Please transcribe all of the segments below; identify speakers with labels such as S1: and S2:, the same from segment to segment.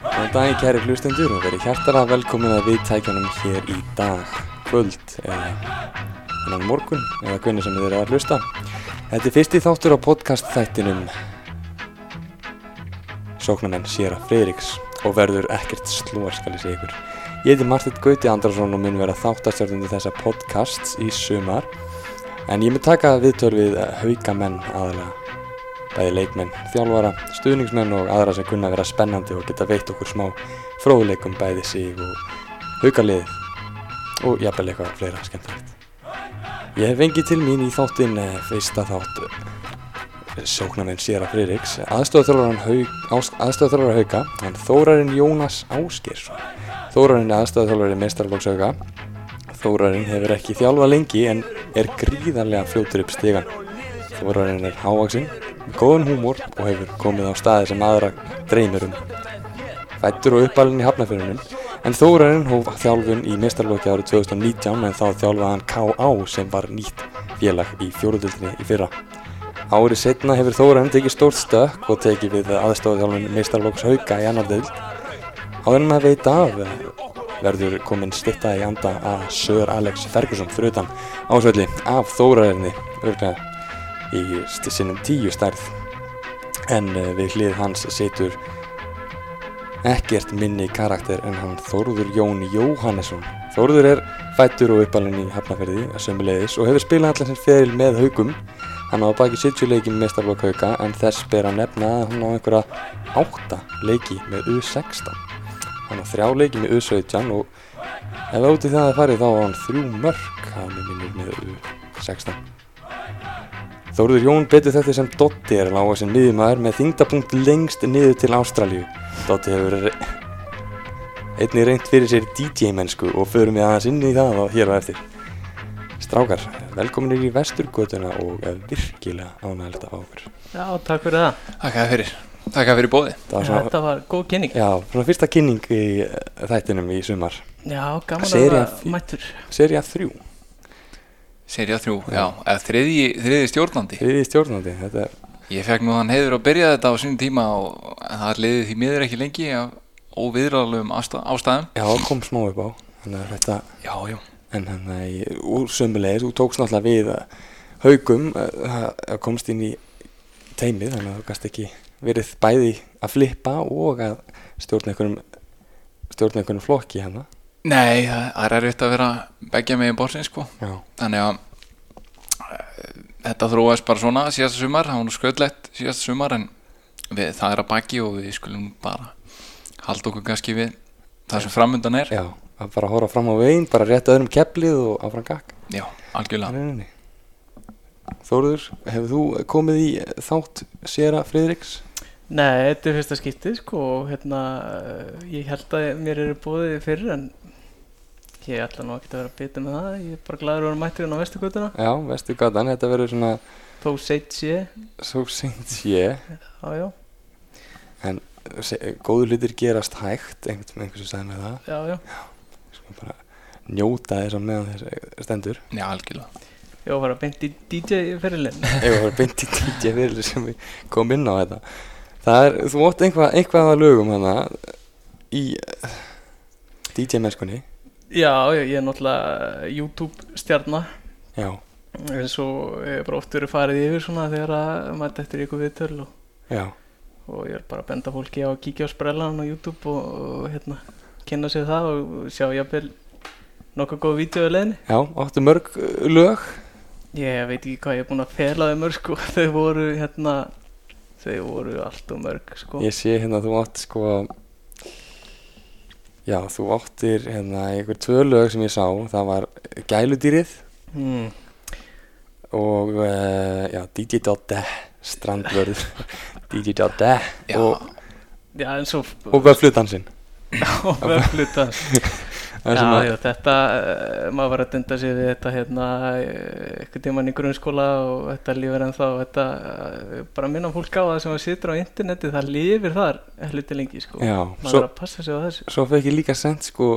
S1: Góðan daginn, kæri hlustendur og verið hjartala velkomin að viðtækjanum hér í dag, kvöld eða innan morgun eða hvernig sem þið eru að hlusta. Þetta er fyrsti þáttur á podcast þættinum Sóknarmenn Sera Friðriks og verður ekkert slúar skal ég segja ykkur. Ég heiti Martit Gauti Andrason og minn vera þáttastjörnum þessa podcasts í sumar en ég mun taka viðtöl við eh, haukamenn aðalega bæði leikmenn, þjálfara, stuðningsmenn og aðra sem kunna að vera spennandi og geta veitt okkur smá fróðleikum bæði sig og haukaliðið og jafnvel eitthvað fleira skemmtilegt. Ég hef fengið til mín í þáttinn eh, fyrsta þátt eh, sóknarinn Sera Friðriks, aðstöðarþjálfaran haug, aðstöðarþjálfara hauka, en Þórarinn Jónas Áskirsson. Þórarinn er aðstöðarþjálfari meistarlókshauka. Þórarinn hefur ekki þjálfað lengi en er gríðarlega fljótur upp stígan. Þórarinn er hávaksinn, með góðan húmór og hefur komið á staði sem aðra dreymir um. Fættur og uppalinn í hafnafyrunum, en Þórarinn hóf þjálfun í mestarlóki árið 2019 en þá þjálfaði hann K.A. sem var nýtt félag í fjóruðildinni í fyrra. Árið setna hefur Þórarinn tekið stórt stökk og tekið við aðstofþjálfun mestarlóks hauka í annar dild. Áður en að veita af eh, verður komin stitta í anda að Sör Alex Ferguson fyrir utan ásvelli af Þórarinni örglega í st- sinnum tíu stærð en eh, við hlið hans situr ekkert minni karakter en hann Þórður Jón Jóhannesson Þórður er fættur og uppalinn í Hafnarferði að sömuleiðis og hefur spilað allan sem feril með haugum hann á að baki 70 leiki með mestarlokk hauka en þess ber að nefna að hann á einhverja 8 leiki með U16 hann á þrjá leiki með U17 og ef út í það er farið þá á hann þrjú mörk að mér minnir með U16 Þóruður Jón betur þetta sem Dotti er lága sem miðjumæður með þingdapunkt lengst niður til Ástralíu. Dotti hefur re- einnig reynt fyrir sér DJ-mennsku og förum við aðeins inn í það á hér og eftir. Strákar, velkominir í Vesturgötuna og er virkilega ánægilegt að fá okkur.
S2: Já, takk fyrir það.
S3: Takk að fyrir, takk að fyrir bóði
S1: Það var svona,
S2: Þetta var góð kynning.
S1: já, svona fyrsta kynning í eh, þættinum í sumar.
S2: Já, gaman að
S1: Sería
S2: vera
S1: fí-
S2: mættur.
S1: Serja 3,
S3: Serja 3, já, eða þriðji, þriðji stjórnandi
S1: þriði stjórnandi, þetta er
S3: Ég fekk nú þann heiður að byrja þetta á sínum tíma og það liði því miður ekki lengi af óviðræðalegum ásta- ástæðum
S1: Já, kom smá upp á Þannig að þetta
S3: Já, já
S1: En þannig að ég, úr sömulegis Þú tókst náttúrulega við eh, haugum eh, eh, komst inn í teimið Þannig að þú gast ekki verið bæði að flippa og að stjórna einhverjum stjórna einhverjum flokki hérna
S3: Nei, það það er erfitt að vera begja megin borsin sko
S1: Já,
S3: Þannig að eh, þetta þróaðist bara svona síðasta sumar Það var nú sköldlegt síðasta sumar en við, það er að baki og við skulum bara halda okkur kannski við það sem framundan er
S1: já að bara horfa fram á veginn, bara rétt öðrum keplið og áfram gakk
S3: Já, algjörlega
S1: Þannig Þóruður, hefur þú komið í eh, þátt Sera Friðriks?
S2: Nei, þetta er fyrsta skiptið sko og hérna, eh, ég held að mér eru bóðið fyrir en ég ætla nú ekki að vera að bita með það. Ég er bara gladur að vera mættur inn á vestugötuna.
S1: Já, veistu hvað, þannig þetta verður svona
S2: Þó seitt sé,
S1: svo seint sé
S2: já, já,
S1: se- góðu hlutir gerast hægt einhvern veginn sem sagði með það
S2: já, já.
S1: Skulum bara njóta þess að meðan þess stendur
S3: Já, algjörlega
S2: Ég var að fara beint í DJ fyrirlinn.
S1: ef það var beint í DJ fyrir sem við komum inn á þetta það er, þú ótt einhvað, einhvað að lögum hana í eh, DJ mennskunni
S2: já, já, ég er náttúrulega YouTube stjarnar
S1: já,
S2: eins og ég er bara oft verið farið yfir svona þegar að mæta eftir ykkur viðtöl og
S1: já,
S2: og ég er bara að benda fólki á að kíkja á sprellan á YouTube og, og hérna, kynna sér það og sjá jafnvel nokkuð góð vídeo í leiðinni.
S1: já, áttu mörg uh, lög
S2: Ég veit ekki hvað ég er búin að fela þau mörg sko, þau voru hérna, þau voru allt og mörg sko.
S1: ég sé hérna þú átt sko já, þú áttir hérna einhver tvö lög sem ég sá það var Gæludýrið
S2: Hmm.
S1: og uh, já, DJ Dodde strandvörð DJ Dodde
S3: Já.
S1: og,
S2: Já, en svo,
S1: og vöflutansinn
S2: og veflutan.
S1: Það er
S2: Já,
S1: svona-
S2: já, þetta, eh, maður var að dunda sér við þetta hérna, eitthvað tíman í grunnskóla og þetta lifir ennþá og þetta, eh, bara minna fólk á það sem að situr á interneti, það lifir þar hluti lengi sko.
S1: já,
S2: maður
S1: svo,
S2: er að passa sig á þessu
S1: svo fekk ég líka sent sko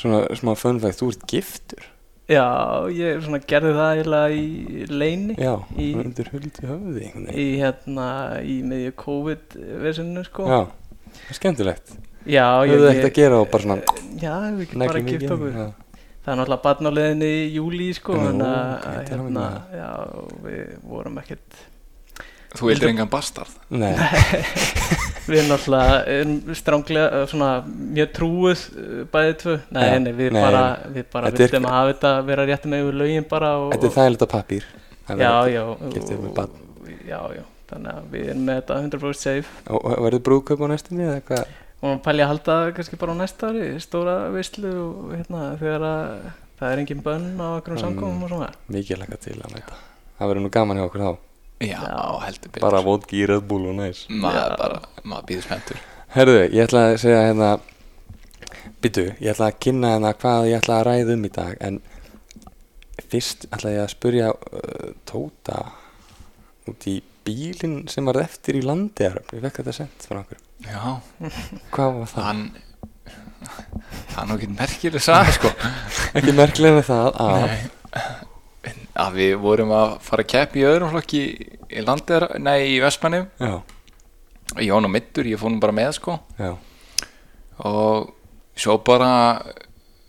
S1: svona smá fönfægt, þú ert giftur
S2: já, ég svona gerði það eiginlega í leini
S1: já,
S2: Í-
S1: í, undir huld í höfði einhvern veginn.
S2: í hérna, í miðju COVID-vesinu sko
S1: já, það er skemmtilegt
S2: Já, ég,
S1: Höfðu ekkert
S2: ég,
S1: að gera og bara svona
S2: já, við getum bara
S1: neglir
S2: að
S1: mikið
S2: gifta okkur
S1: inn, já.
S2: Það er náttúrulega barnáleðinni í júli sko,
S1: Nú,
S2: en að,
S1: ok,
S2: að,
S1: til
S2: hérna,
S1: hamingju
S2: já, við vorum ekkert
S3: Þú vildir engan bastard
S1: Nei,
S2: Við erum náttúrulega erum stránglega, eh, svona, mjög trúið eh, bæði tvö Nei,
S1: Já,
S2: nei, við
S1: nei,
S2: bara, við bara
S1: Þetta er- sko-
S2: vildum hafa þetta vera rétt með yfir lögin bara og,
S1: þetta er þægilegt að pappír
S2: Já, já
S1: giftið með barn.
S2: og- Já, já, þannig að við erum með þetta 100% safe
S1: Og og verður brúðkaup á næstunni eða hvað?
S2: og maður pæli að halda kannski bara á næsta ári stóra veislu og hérna þegar að það er engin bönn á einhverjum
S1: Mm.
S2: samkomum og svona
S1: Mikið laka til að mæta Það verður nú gaman hjá okkur þá
S3: Já,
S2: Já.
S3: heldur betur
S1: Bara vodki í Red Bull og næs
S3: Maður
S2: Já.
S3: bara, maður býður spenntur
S1: Herðu, ég ætla að segja hérna Býtu, ég ætla að kynna hérna hvað ég ætla að ræða um í dag En fyrst ætla ég að spurja uh, Tóta út í bílinn sem var eftir í landiðaröfn Ég fekk þetta sent frá okkur
S3: Já,
S1: Hvað var það?
S3: hann Það er nú ekki merkileg saga sko
S1: Ekki merkilega með það að
S3: Nei. að við vorum að fara að keppi í öðrum flokki í landar, nei í Vestmanni
S1: Já,
S3: ég var nú mittur, ég fór nú bara með sko
S1: já,
S3: og svo bara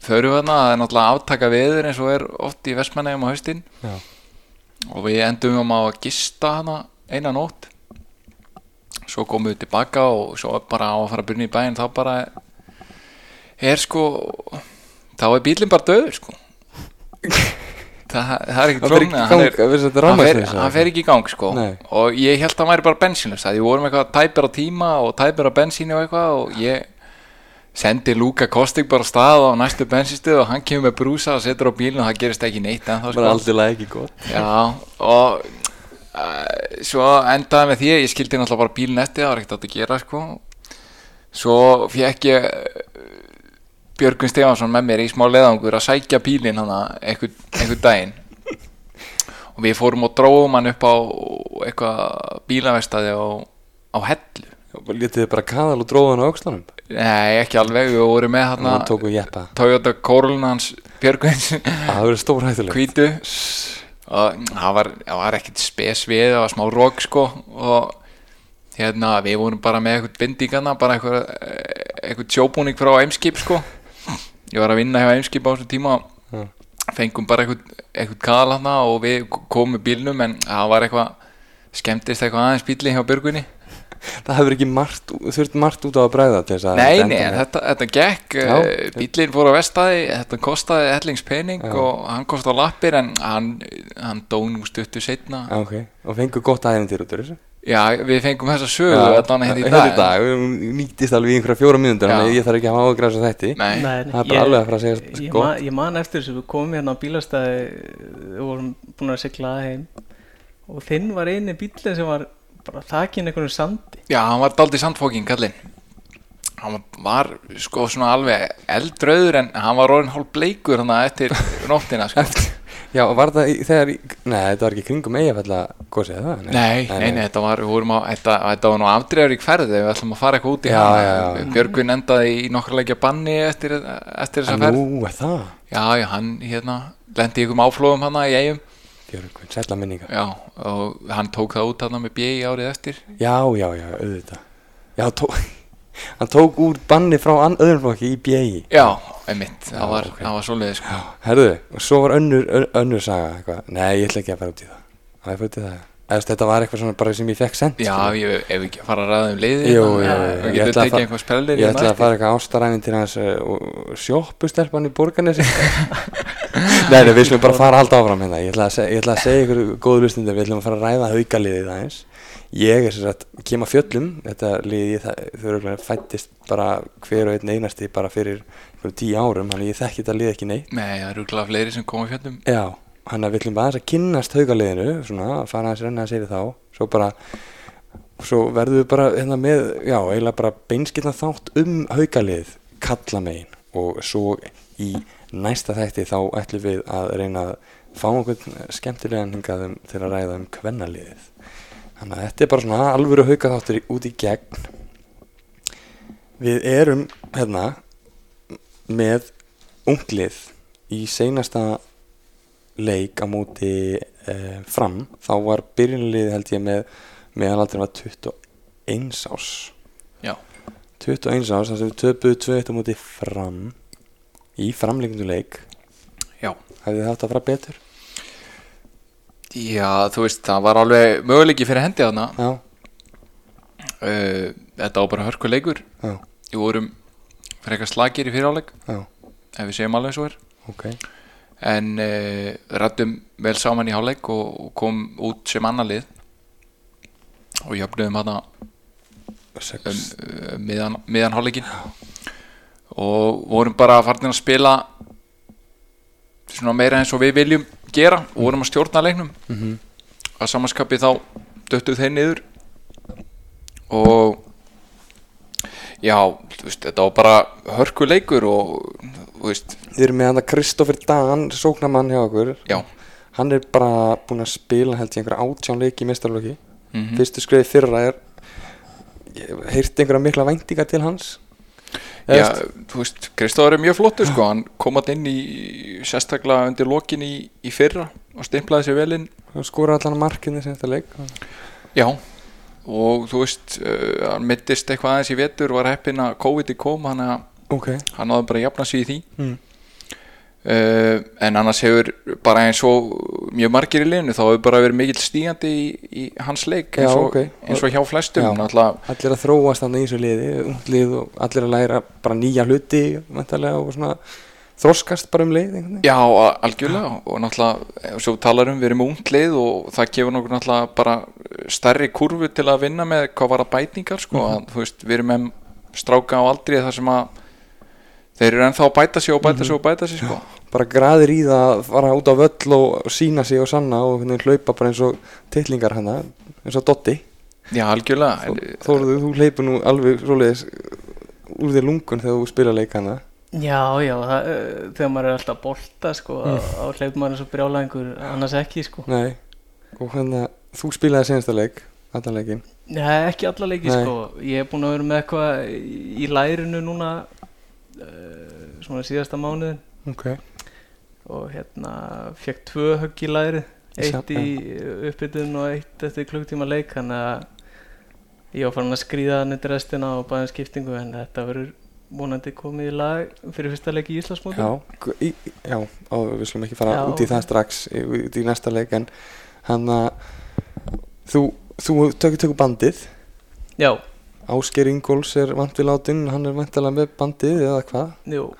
S3: förum við þarna, það er náttúrulega aftaka veður eins og er oft í Vestmanni um á haustin
S1: já
S3: og við endum um á að gista hana eina nótt svo komum við tilbaka og svo bara á að fara að byrja í bæinn þá bara er sko þá er bílinn bara döður sko það, það er ekki
S1: Það fer
S3: tróknið
S1: ekki í gang, það verður þetta
S3: hann fer,
S1: rámaðsins
S3: hann fer ekki í gang sko
S1: Nei.
S3: og ég held að hann væri bara bensínlust því við vorum eitthvað tæpir á tíma og tæpir á bensíni og eitthvað og ég sendi Lúka Kostik bara á stað á næstu bensinstöð og hann kemur með brúsa og setur á bílinn og það gerist ekki neitt sko. en
S1: Bara aldrei ekki gott
S3: Já, og uh, svo endaði með því að ég skildi náttúrulega bara bílinn eftir, það var ekkert hægt að gera sko. Svo fekk ég uh, Björgun Stefansson með mér í smá leðangur að sækja bílinn hana einhvern, einhvern daginn og við fórum og dróðum hann upp á eitthvað bílavestaði á, á hellu
S1: Létið þið bara kaðal og dróðan á aukslanum
S3: Nei, ekki alveg, við vorum með
S1: Þannig
S3: þarna
S1: að tóku jeppa
S3: Toyota Corolla hans Björguns
S1: Að Það verður stór hættuleg
S3: hvítu og það var, það var ekkert spes við það var smá rók sko og hérna við vorum bara með eitthvað bindingana, bara eitthvað eh, eitthvað sjóbúning frá Eimskip sko ég var að vinna hjá Eimskip á þessum tíma
S1: Mm.
S3: fengum bara eitthvað, eitthvað kall hana og við komum með bílnum en það var eitthvað skemmtist eitthvað aðeins bíli hjá Björgunni
S1: Það hefur ekki margt, þurft margt út á að bræða til þess að
S3: Nei,
S1: þetta
S3: nei,
S1: endi
S3: en
S1: með-
S3: þetta, þetta gekk,
S1: Já.
S3: eh, bíllinn fór á vestæði, þetta kostaði hellingspening
S1: Já.
S3: og hann kostaði lappir en hann, hann dó nú stuttu setna.
S1: Já, ok, og fengur gott æðindir út úr þessu
S3: Já, við fengum þessa sögu allan hérna í
S1: hérna
S3: dag.
S1: í dag Hún nýttist alveg í einhverja fjóra mínútur
S3: Já.
S1: Þannig að ég þarf ekki að hafa áhugra þessu þætti
S3: Nei,
S1: Það er bara alveg að fara að segja sko.
S2: ég,
S1: gott.
S2: man, ég man eftir þessu, við komum hérna á bílastæði við vorum búin að sigla heim og þinn var eini bílinn sem var bara þakinn einhvern sandi
S3: já, hann var daldi sandfóking, kallinn. Hann var sko svona alveg eldrauður en hann var orðin hálf bleikur hann eftir nóttina sko.
S1: Já, og var það í, þegar í- Nei, þetta var ekki í kringum eigafælla gósið það
S3: Nei, nei, nei, þetta var, við vorum á, þetta, þetta var nú afdreiður í hverði við ætlum að fara eitthvað út í
S1: Já,
S3: hana.
S1: já, já.
S3: Björgvin endaði í nokkra leikja banni eftir, eftir þessa
S1: En
S3: ferð.
S1: Nú, er það
S3: Já, já, hann hérna lendi í ykkur áflóðum hann í eigum
S1: Björgvin, sætla minninga
S3: Já, og hann tók það út hann með bjögi árið eftir
S1: Já, já, já, auðvitað Já, tó, hann tók úr banni frá ann- öðrum flokki í BI
S3: Já, einmitt,
S1: Já,
S3: það var,
S1: ok.
S3: okay. var svoleiðis sko.
S1: Herðu, og svo var önnur, ön- önnur saga eitthvað. Nei, ég ætla ekki að fara út í það Það er út í það Eða, þú veist, Þetta var eitthvað svona bara sem ég fekk sent
S3: Já,
S1: skilur.
S3: ég, ef við ekki að fara að ræða um leiði
S1: Jú,
S3: hérna,
S1: jú,
S2: jú,
S3: Við
S1: ég ætla
S3: getum
S1: að
S3: tekið
S1: fara-
S3: einhver sprellir
S1: Ég ætla að fara eitthvað ástaræfin til hans uh, og sjoppustelpan í borgarnesi Nei, nei, við slum bara fara alltaf áfram hérna Ég ætla að, seg, ég ætla að segja ykkur góðu lustundur Við ætlum að fara að ræða haukaliðið aðeins Ég er sem sagt, kem að fjöllum Þetta liði, ég þa- þau eru örugglega fæddist bara hver og einn einasti bara fyrir einhverjum tíu árum, þannig ég þekki þetta lið ekki neitt
S3: Nei, það eru glæða fleiri sem koma fjöndum
S1: Já, hann að við ætlum bara aðeins að kynnast haugaliðinu, svona, að fara aðeins renna að segja þá, svo bara svo verðum við bara hérna með já, eiginlega bara beinskitna þátt um haugalið, kalla megin og svo í næsta þætti þá ætlum við að reyna að fá einhvern skemmtilegan hingað um, til að ræða um kvennaliðið þannig að þetta er bara svona alvöru haugaþáttur í- út í gegn við erum hérna með unglið í seinasta leik á móti eh, fram þá var byrjunlið held ég með meðalaldur var 21 árs
S3: Já,
S1: 21 árs þar sem við töpuðu 2-1 á móti fram í framlenginduleik
S3: Já.
S1: hefði það átt að fara betur
S3: Já, þú veist, það var alveg möguleiki fyrir hendi þarna
S1: já,
S3: uh, Þetta var bara hörkuleikur
S1: já,
S3: Við vorum frekar slagir í fyriráleik
S1: já,
S3: ef við segjum alveg svo er
S1: ok
S3: en uh, rættum vel saman í hálfleik og, og kom út sem annar lið og jöfnum hana um,
S1: Sex.
S3: uh, miðan, miðan hálfleikin og vorum bara farin að spila svona meira eins og við viljum gera og vorum að stjórna leiknum
S1: Mhm.
S3: að samanskapi þá döttu þeir niður og já, þú veist, þetta var bara hörkuleikur og þú veist,
S1: Við erum með hann að Kristoffer Dan, sóknamann hjá okkur
S3: já
S1: Hann er bara búinn að spila held ég einhverja átján leiki í mestarlöki
S3: mm
S1: Fyrstu skriði fyrra er Heyrti einhverja mikla væntinga til hans Eða
S3: Já,
S1: veist,
S3: þú veist, Kristóður er mjög flottur sko, hann kom að inn í sérstaklega undir lokin í, í fyrra og stimplaði sér vel inn
S1: Hann skora allan markinni sem þetta leik
S3: Já, og þú veist, uh, hann mittist eitthvað aðeins í vetur, var heppinn að COVID kom, hann,
S1: Ok
S3: hann náði bara að jafna sig í því
S1: mm.
S3: uh, en annars hefur bara eins og mjög margir í liðinu, þá hefur bara verið mikill stígandi í, í hans leik eins
S1: Já,
S3: og,
S1: ok.
S3: eins og hjá flestum,
S1: Já.
S3: náttúrulega
S1: Allir að þróast hann í þessu liði ungt lið og allir að læra bara nýja hluti Væntalega og svona Þroskast bara um lið einhvern veginn
S3: Já, a- algjörlega og náttúrulega, eins og við talar um, við erum ungt lið og það gefur nokkur náttúrulega bara eh, stærri kurvu til að vinna með hvað var að bætingar, sko,
S1: Mhm.
S3: að, þú veist, við erum með stráka á aldrei þar sem að þeir eru ennþá að bæta sig og
S1: Mhm.
S3: bæta sig og bæta sig, sko.
S1: Bara graðir í það að fara út á völl og sína sig og sanna og einhvern veginn hlaupa bara eins og titlingar hann eins og Dotti
S3: Já, algjörlega, en- eh,
S1: Þóruður, þú leipur nú alveg svoleiðis úr þér lungun þegar þú spila leikana
S2: Já, já, það, eh, þegar maður er alltaf að bolta sko, mm. á hleyp maður svo brjálæðingur annars ekki, sko
S1: Nei, og hvernig að þú spilaði senasta leik, allan leikin
S2: Nei, ekki alla leiki,
S1: Nei.
S2: sko Ég er búin að vera með eitthvað í- í lærinu núna uh, svona síðasta mánuðin
S1: Ok
S2: og hérna fekk tvö högg í læri eitt
S1: Sa-
S2: í uppbytun og eitt eftir klukktíma leik þannig að ég var farin að skrýða hann undir restina og bæða um skiptingu en þetta verður vonandi komið í lag fyrir fyrsta leik í Íslandsmóti
S1: Já, gu- í, í- já ó, við slum ekki fara
S2: Já,
S1: út í
S2: ok.
S1: það strax í- út í næsta leik en hann að þú, þú tökur tökur bandið
S2: Já,
S1: Ásker Ingóls er vant við látin, hann er vantilega með bandið eða hvað
S2: jú,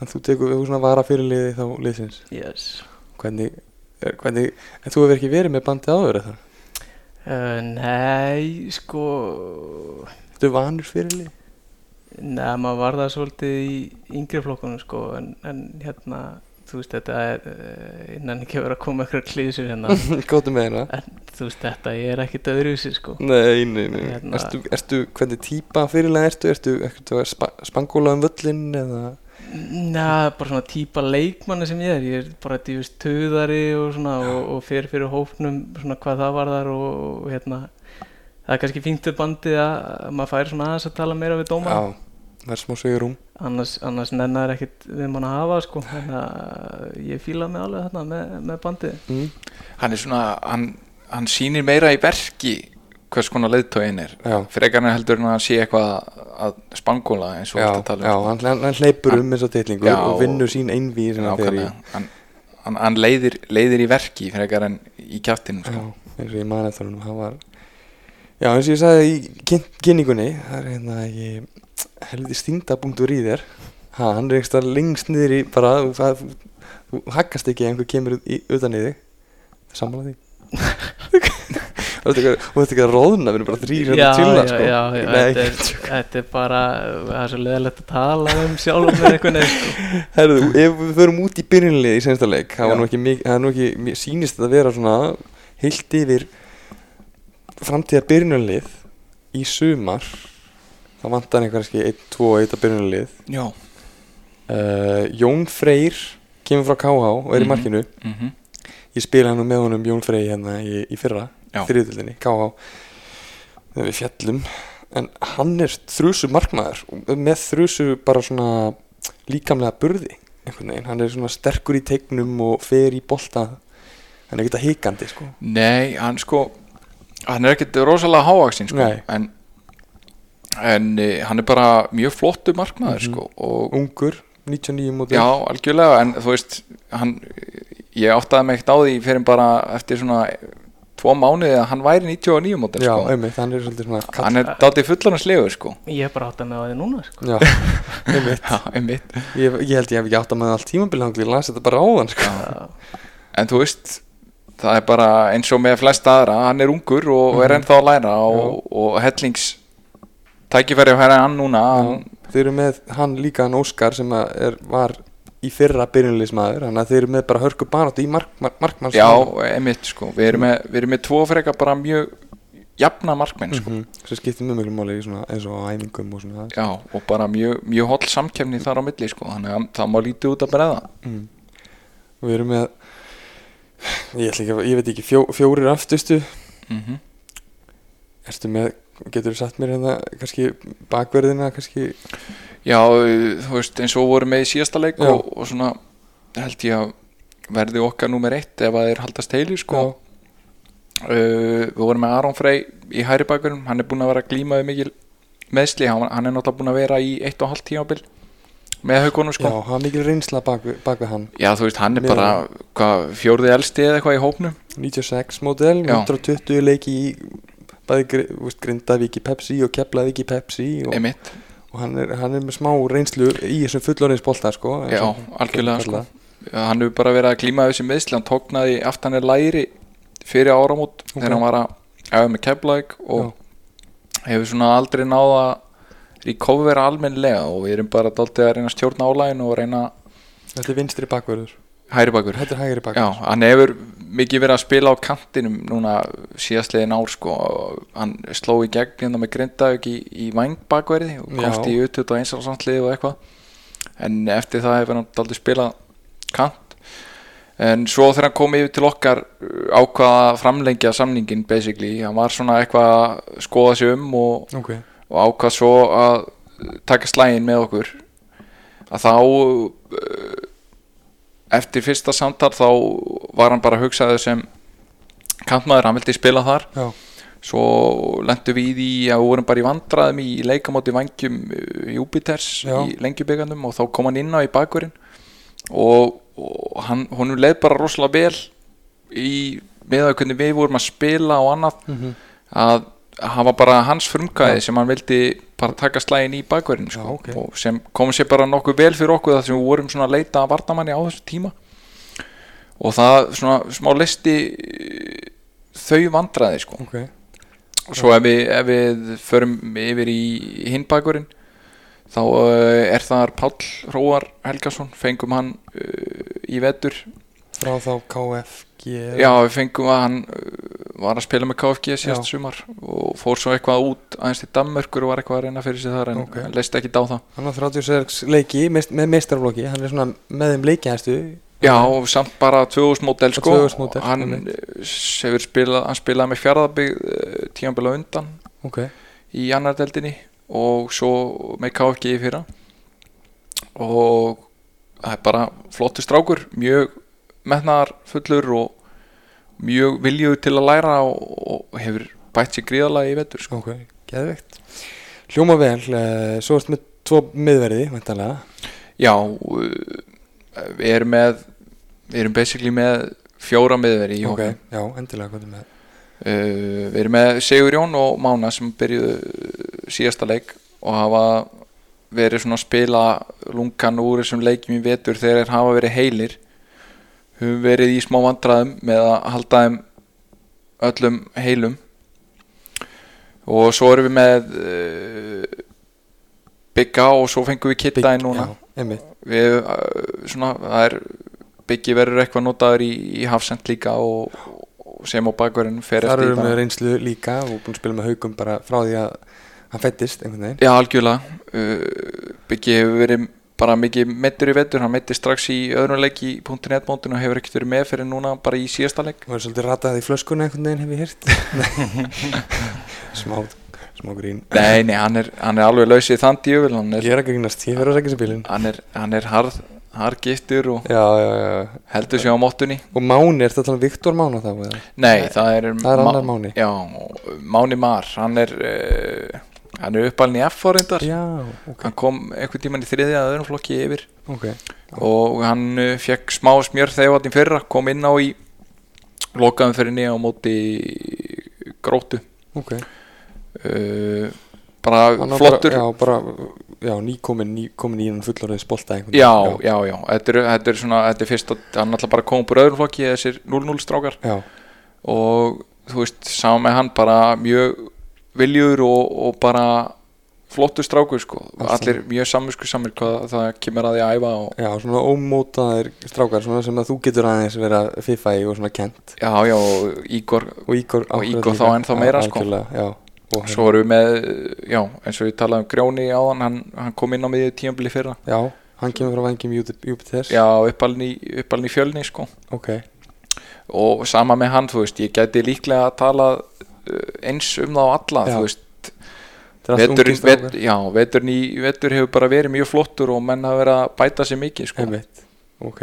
S1: en þú tekur þú svona vara fyrir liði þá liðsins
S2: yes
S1: hvernig, er, hvernig, en þú hefur ekki verið með bandið áður eða það?
S2: uh, Nei, sko
S1: Þú vanur fyrir liði?
S2: Nei, maður var það svolítið í yngri flokkunum sko en, en hérna, þú veist þetta er eh, innan ekki að vera að koma eitthvað klísur hérna
S1: Góttu með hérna
S2: en þú veist þetta, ég er ekkit öðruvísi sko
S1: Nei, nei, nei
S2: Hérna-
S1: ertu, ertu, hvernig típa fyrirlega ertu? Ertu ekkert að spa, spangóla um völlinn eða
S2: Nei, bara svona típa leikmanni sem ég er ég er bara djúst töðari og svona og, og fer fyrir hópnum svona hvað það var þar og, og hérna það er kannski fínt við bandið að að maður fær svona aðeins að tala meira við dóma
S1: Já, það er smá sveigurum
S2: annars, annars nennar ekkit við mann að hafa sko þannig að ég fíla mig alveg þarna með, með bandið
S1: mm.
S3: hann er svona, hann, hann sýnir meira í verki hvers konar leiðtóin er.
S1: Já,
S3: Frekar hann heldur en að hann sé eitthvað að spangóla eins og
S1: já,
S3: þetta tala um.
S1: já
S3: sko.
S1: hann, hann, hann hleypur
S2: Ah,
S1: um eins og titlingur
S3: Já,
S1: og vinnur
S3: og-
S1: sín einvíð sem hann fer í
S3: Nákvæmlega, hann, hann, hann leiðir, leiðir í verki frekar en í kjáttinum
S1: Já,
S3: sko.
S1: eins og í marathónum hann var Já, eins og ég sagði í kyn, kynningunni það er hérna ég helviti stingda.ri þér ha, hann er einhverstað lengst niður í bara, þú, það, þú haggast ekki ef einhver kemur í, utan í þig sammála því Þú veist ekki að- þú veist ekki að róðna við erum bara þrýr hérna
S2: já,
S1: að chilla
S2: já,
S1: sko
S2: já, já,
S1: Nei,
S2: þetta, er, þetta er bara það er svo leðilegt að tala um sjálfum með einhvern veginn sko.
S1: Herðu, ef við förum út í byrjunlið í sensta leik það var
S3: Já.
S1: nú ekki, mik- það er nú ekki mér sýnist þetta að vera svona heilt yfir framtíða byrjunlið í sumar það vantar einhver ekki 1, 2 og 1 að byrjunlið
S3: Já
S1: uh, Jón Freyr kemur frá KH og er í
S3: Eh, Mhm.
S1: markinu
S3: mm
S1: ég spila hann með honum Jón Freyr hérna í, í fyrra
S3: Já.
S1: þriðutöldinni, KH þegar við fjallum en hann er þrjusu markmaður og með þrjusu bara svona líkamlega burði einhvern veginn, hann er svona sterkur í teiknum og fer í bolta hann er ekki það hikandi sko
S3: Nei, hann sko hann er ekkert rosalega hávaksinn sko,
S1: Nei.
S3: en en eh, hann er bara mjög flottu markmaður sko, og
S1: Ungur, 99 móti
S3: já, algjörlega en þú veist, hann ég áttaði mig ekkert á því fyrir bara eftir svona tvo mánuði að hann væri 99 mótil
S1: já
S3: sko.
S1: einmitt, hann er svolítið svona kall
S3: hann er dátið fullanarslegu sko.
S2: Ég er bara átt að með á því núna sko.
S1: Já, einmitt,
S3: já, einmitt
S1: ég, ég held ég hef ekki átt að maður allt tímabil hangli, ég las þetta bara áðan sko.
S2: Já.
S3: en þú veist það er bara eins og með flest aðra hann er ungur og er ennþá að læra og, og hellings tækifæri að hæra hann núna hann,
S1: Þeir eru með hann líka hann Óskar sem að er, var í fyrra byrjunleismæður þannig að þeir eru með bara hörku baráttu í mark, mark, markmanns
S3: já, emitt sko við erum með, við erum með tvo freka bara mjög jafna markmenn sko
S1: Mhm, sem skiptir mjög mjög máli í svona, eins og á æfingum og svona
S3: já, og bara mjög, mjög holl samkefni þar á milli sko þannig að það má lítið út að breða
S1: og við erum með ég, ætla ekki, að- ég veit ekki, fjó, fjórir aftustu
S3: mm
S1: Mhm.
S3: -hmm.
S1: ertu með, getur þú sagt mér hérna kannski bakverðina kannski
S3: já, þú veist eins og voru með í síðasta leik
S1: Já.
S3: og, og svona held ég að verði okkar númer eitt ef að þeir haldast heilir sko
S1: já,
S3: uh, við vorum með Aron Frey í hæri bakurum hann er búin að vera að glíma við mikil meðsli, hann, hann er náttúrulega búin að vera í eitt og halvt tímabil með haugunum
S1: já,
S3: sko já.
S1: hafa mikil reynsla bak, við- bak við hann
S3: þú veist, hann er
S1: Mjög.
S3: bara hvað, fjórði elsti eða eitthvað í hópnum
S1: 96 módel,
S3: Já.
S1: 120 leiki í bæði Gri- þú veist, Grindavík í Pepsi og Keflavík í Pepsi og,
S3: emitt,
S1: og hann, er, hann er með smá reynslu í þessum fullorins bolta sko, eins
S3: já,
S1: og-
S3: algjörlega sko.
S1: kalla.
S3: hann hefur bara verið að glíma við þessi meðsli hann tóknaði aftan er læri fyrir áramót
S1: Ok.
S3: þegar hann var að æfa með keflæk og hefur svona aldrei náða recovera almennlega og við erum bara dálítið að reyna að stjórna álægin og reyna
S1: þetta er vinstri bakverður,
S3: hæri bakur
S1: þetta er hægri bakverður
S3: Já, hann hefur mikið verið að spila á kantinum núna síðastliðin ár sko, og hann sló í gegn hérna með Grindavík í, í vangbakverði og komst
S1: Já.
S3: í utut og eins og samtlið og eitthvað en eftir það hefur hann aldrei spilað kant en svo þegar hann kom yfir til okkar uh, ákvað að framlengja samningin basically, hann var svona eitthvað að skoða sig um og,
S1: ok,
S3: og ákvað svo að uh, taka slægin með okkur að þá eh, eftir fyrsta samtal þá var hann bara að hugsa þau sem kantmaður, hann vildi spila þar
S1: já,
S3: svo lendu við í að við vorum bara í vandraðum í leikamóti vangjum eh, Júpiters
S1: Já.
S3: í lengjubikarnum og þá kom hann inn á í bakurinn og, og hann, honum leið bara rosalega vel í með að hvernig við vorum að spila og annað að hafa bara hans frumkæði sem hann vildi bara taka slægin í bakverðin sko.
S1: Já, ok.
S3: og sem kom sér bara nokkuð vel fyrir okkur þar sem við vorum svona að leita að vartamanni á þessu tíma og það svona smá listi eh, þau vandraði sko
S1: ok
S3: og svo ef við, ef við förum yfir í hinn bakurinn þá uh, er þar Páll Róar Helgason fengum hann uh, í vetur
S1: frá þá KFG
S3: já, við fengum að hann uh, var að spila með KFG síðast
S1: Já.
S3: sumar og fór svo eitthvað út aðeins til Danmörkur og var eitthvað að reyna fyrir sig þar en
S1: Ok.
S3: okay. leist ekki dá það
S1: hann á 36 leiki mest, með meistarflokki, hann er svona með þeim leikihæstu
S3: já, og samt bara 2000 mótel sko
S1: 2000 módel,
S3: hann,
S1: einmitt.
S3: uh, hefur spilað, hann spilaði með Fjarðabyggð uh, tímanbila undan
S1: ok,
S3: í annar deldinni og svo með KFG í fyrra og það er bara flottur strákur mjög metnaðar fullur og mjög viljuð til að læra og, og hefur bætt sér gríðarlega í vetur sko.
S1: ok, geðveikt hljóma vel, uh, svo erst með tvo miðverði, væntanlega
S3: Já, uh, við erum með við erum basically með fjóra miðveri í
S1: ok,
S3: hóknum
S1: já, endilega, hvað er með
S3: Uh, við erum með Sigur Jón og Mána sem byrjuðu uh, síðasta leik og hafa verið svona að spila lungan úr þessum leikjum í vetur þegar þeir hafa verið heilir höfum verið í smá vandræðum með að halda þeim öllum heilum og svo erum við með uh, Bigga og svo fengum við Kitta inn núna
S1: já, einmitt,
S3: við, uh, svona, það er Biggi verður eitthvað notaður í, í Hafsend líka og, og sem á bakverðin fer
S1: þar
S3: eftir í
S1: eru með
S3: bara-
S1: reynslu líka og búin að spila með haugum bara frá því að hann fættist einhvern veginn
S3: Já, algjörlega uh, Biggi hefur verið bara mikið meittur í vetur, hann meittir strax í öðrum leik í .net mótinu og hefur ekkert verið með fyrir núna bara í síðasta leik
S1: og er svolítið ratað í flöskuna einhvern veginn hef ég hýrt smá, smá grín
S3: Nei, nei, hann er, hann er alveg laus í þann djöful hann er,
S1: ég er að grínast, ég verður að segja sem bílinn
S3: hann er, hann er harð, harðgiftur og
S1: já, já, já,
S3: heldur sér á móttunni
S1: og Máni, er þetta um Viktor Mána þá? eða?
S3: Nei, það er,
S1: það er annar Máni.
S3: Já, Máni Mar, hann er uh, Hann er uppalinn í F reyndar
S1: Já, ok,
S3: Hann kom einhvern tíman í þriðja að öðrum flokki yfir
S1: ok
S3: og hann uh, fekk smá smjör þegar hann fyrra kom inn á í lokaðum fyrir nýja á móti grótu
S1: Ok,
S3: uh, bara
S1: Hann var
S3: flottur
S1: bara, Já, bara, já, nýkomin, nýkomin í hann fullorðið spolta einhvern
S3: Já,
S1: veginn.
S3: já, já, þetta er, þetta er svona þetta er fyrst að hann alltaf bara kom upp úr öðrum flokki þessir 0-0 strákar
S1: já,
S3: og þú veist, saman með hann bara mjög viljur og, og bara flottur strákur sko,
S1: Allt
S3: allir mjög samvisku samir hvað það kemur að því að æfa og
S1: já, svona ómótaðir strákar svona sem að þú getur aðeins vera fiffa í og svona kent
S3: já, já, og Ígor
S1: og Ígor,
S3: Og
S1: akkurat
S3: Ígor
S1: líka.
S3: þá ennþá
S1: Já,
S3: meira, sko.
S1: algjörlega, Já, og,
S3: svo erum við með, já, eins og við talaðum um Grjóni áðan, hann, hann kom inn á miðið tíambili fyrra,
S1: já, hann kemur frá vengjum Júpiters
S3: já, uppalinn í, uppalinn í fjölni sko,
S1: Ok,
S3: og sama með hann, þú veist, ég gæti líklega að tala eins um þá alla,
S1: Já.
S3: þú veist
S1: það er allt
S3: veturinn,
S1: ungir strákar
S3: vet, já, veturinn í vetur hefur bara verið mjög flottur og menn hafa verið að bæta sér mikið sko.
S1: Einmitt, ok,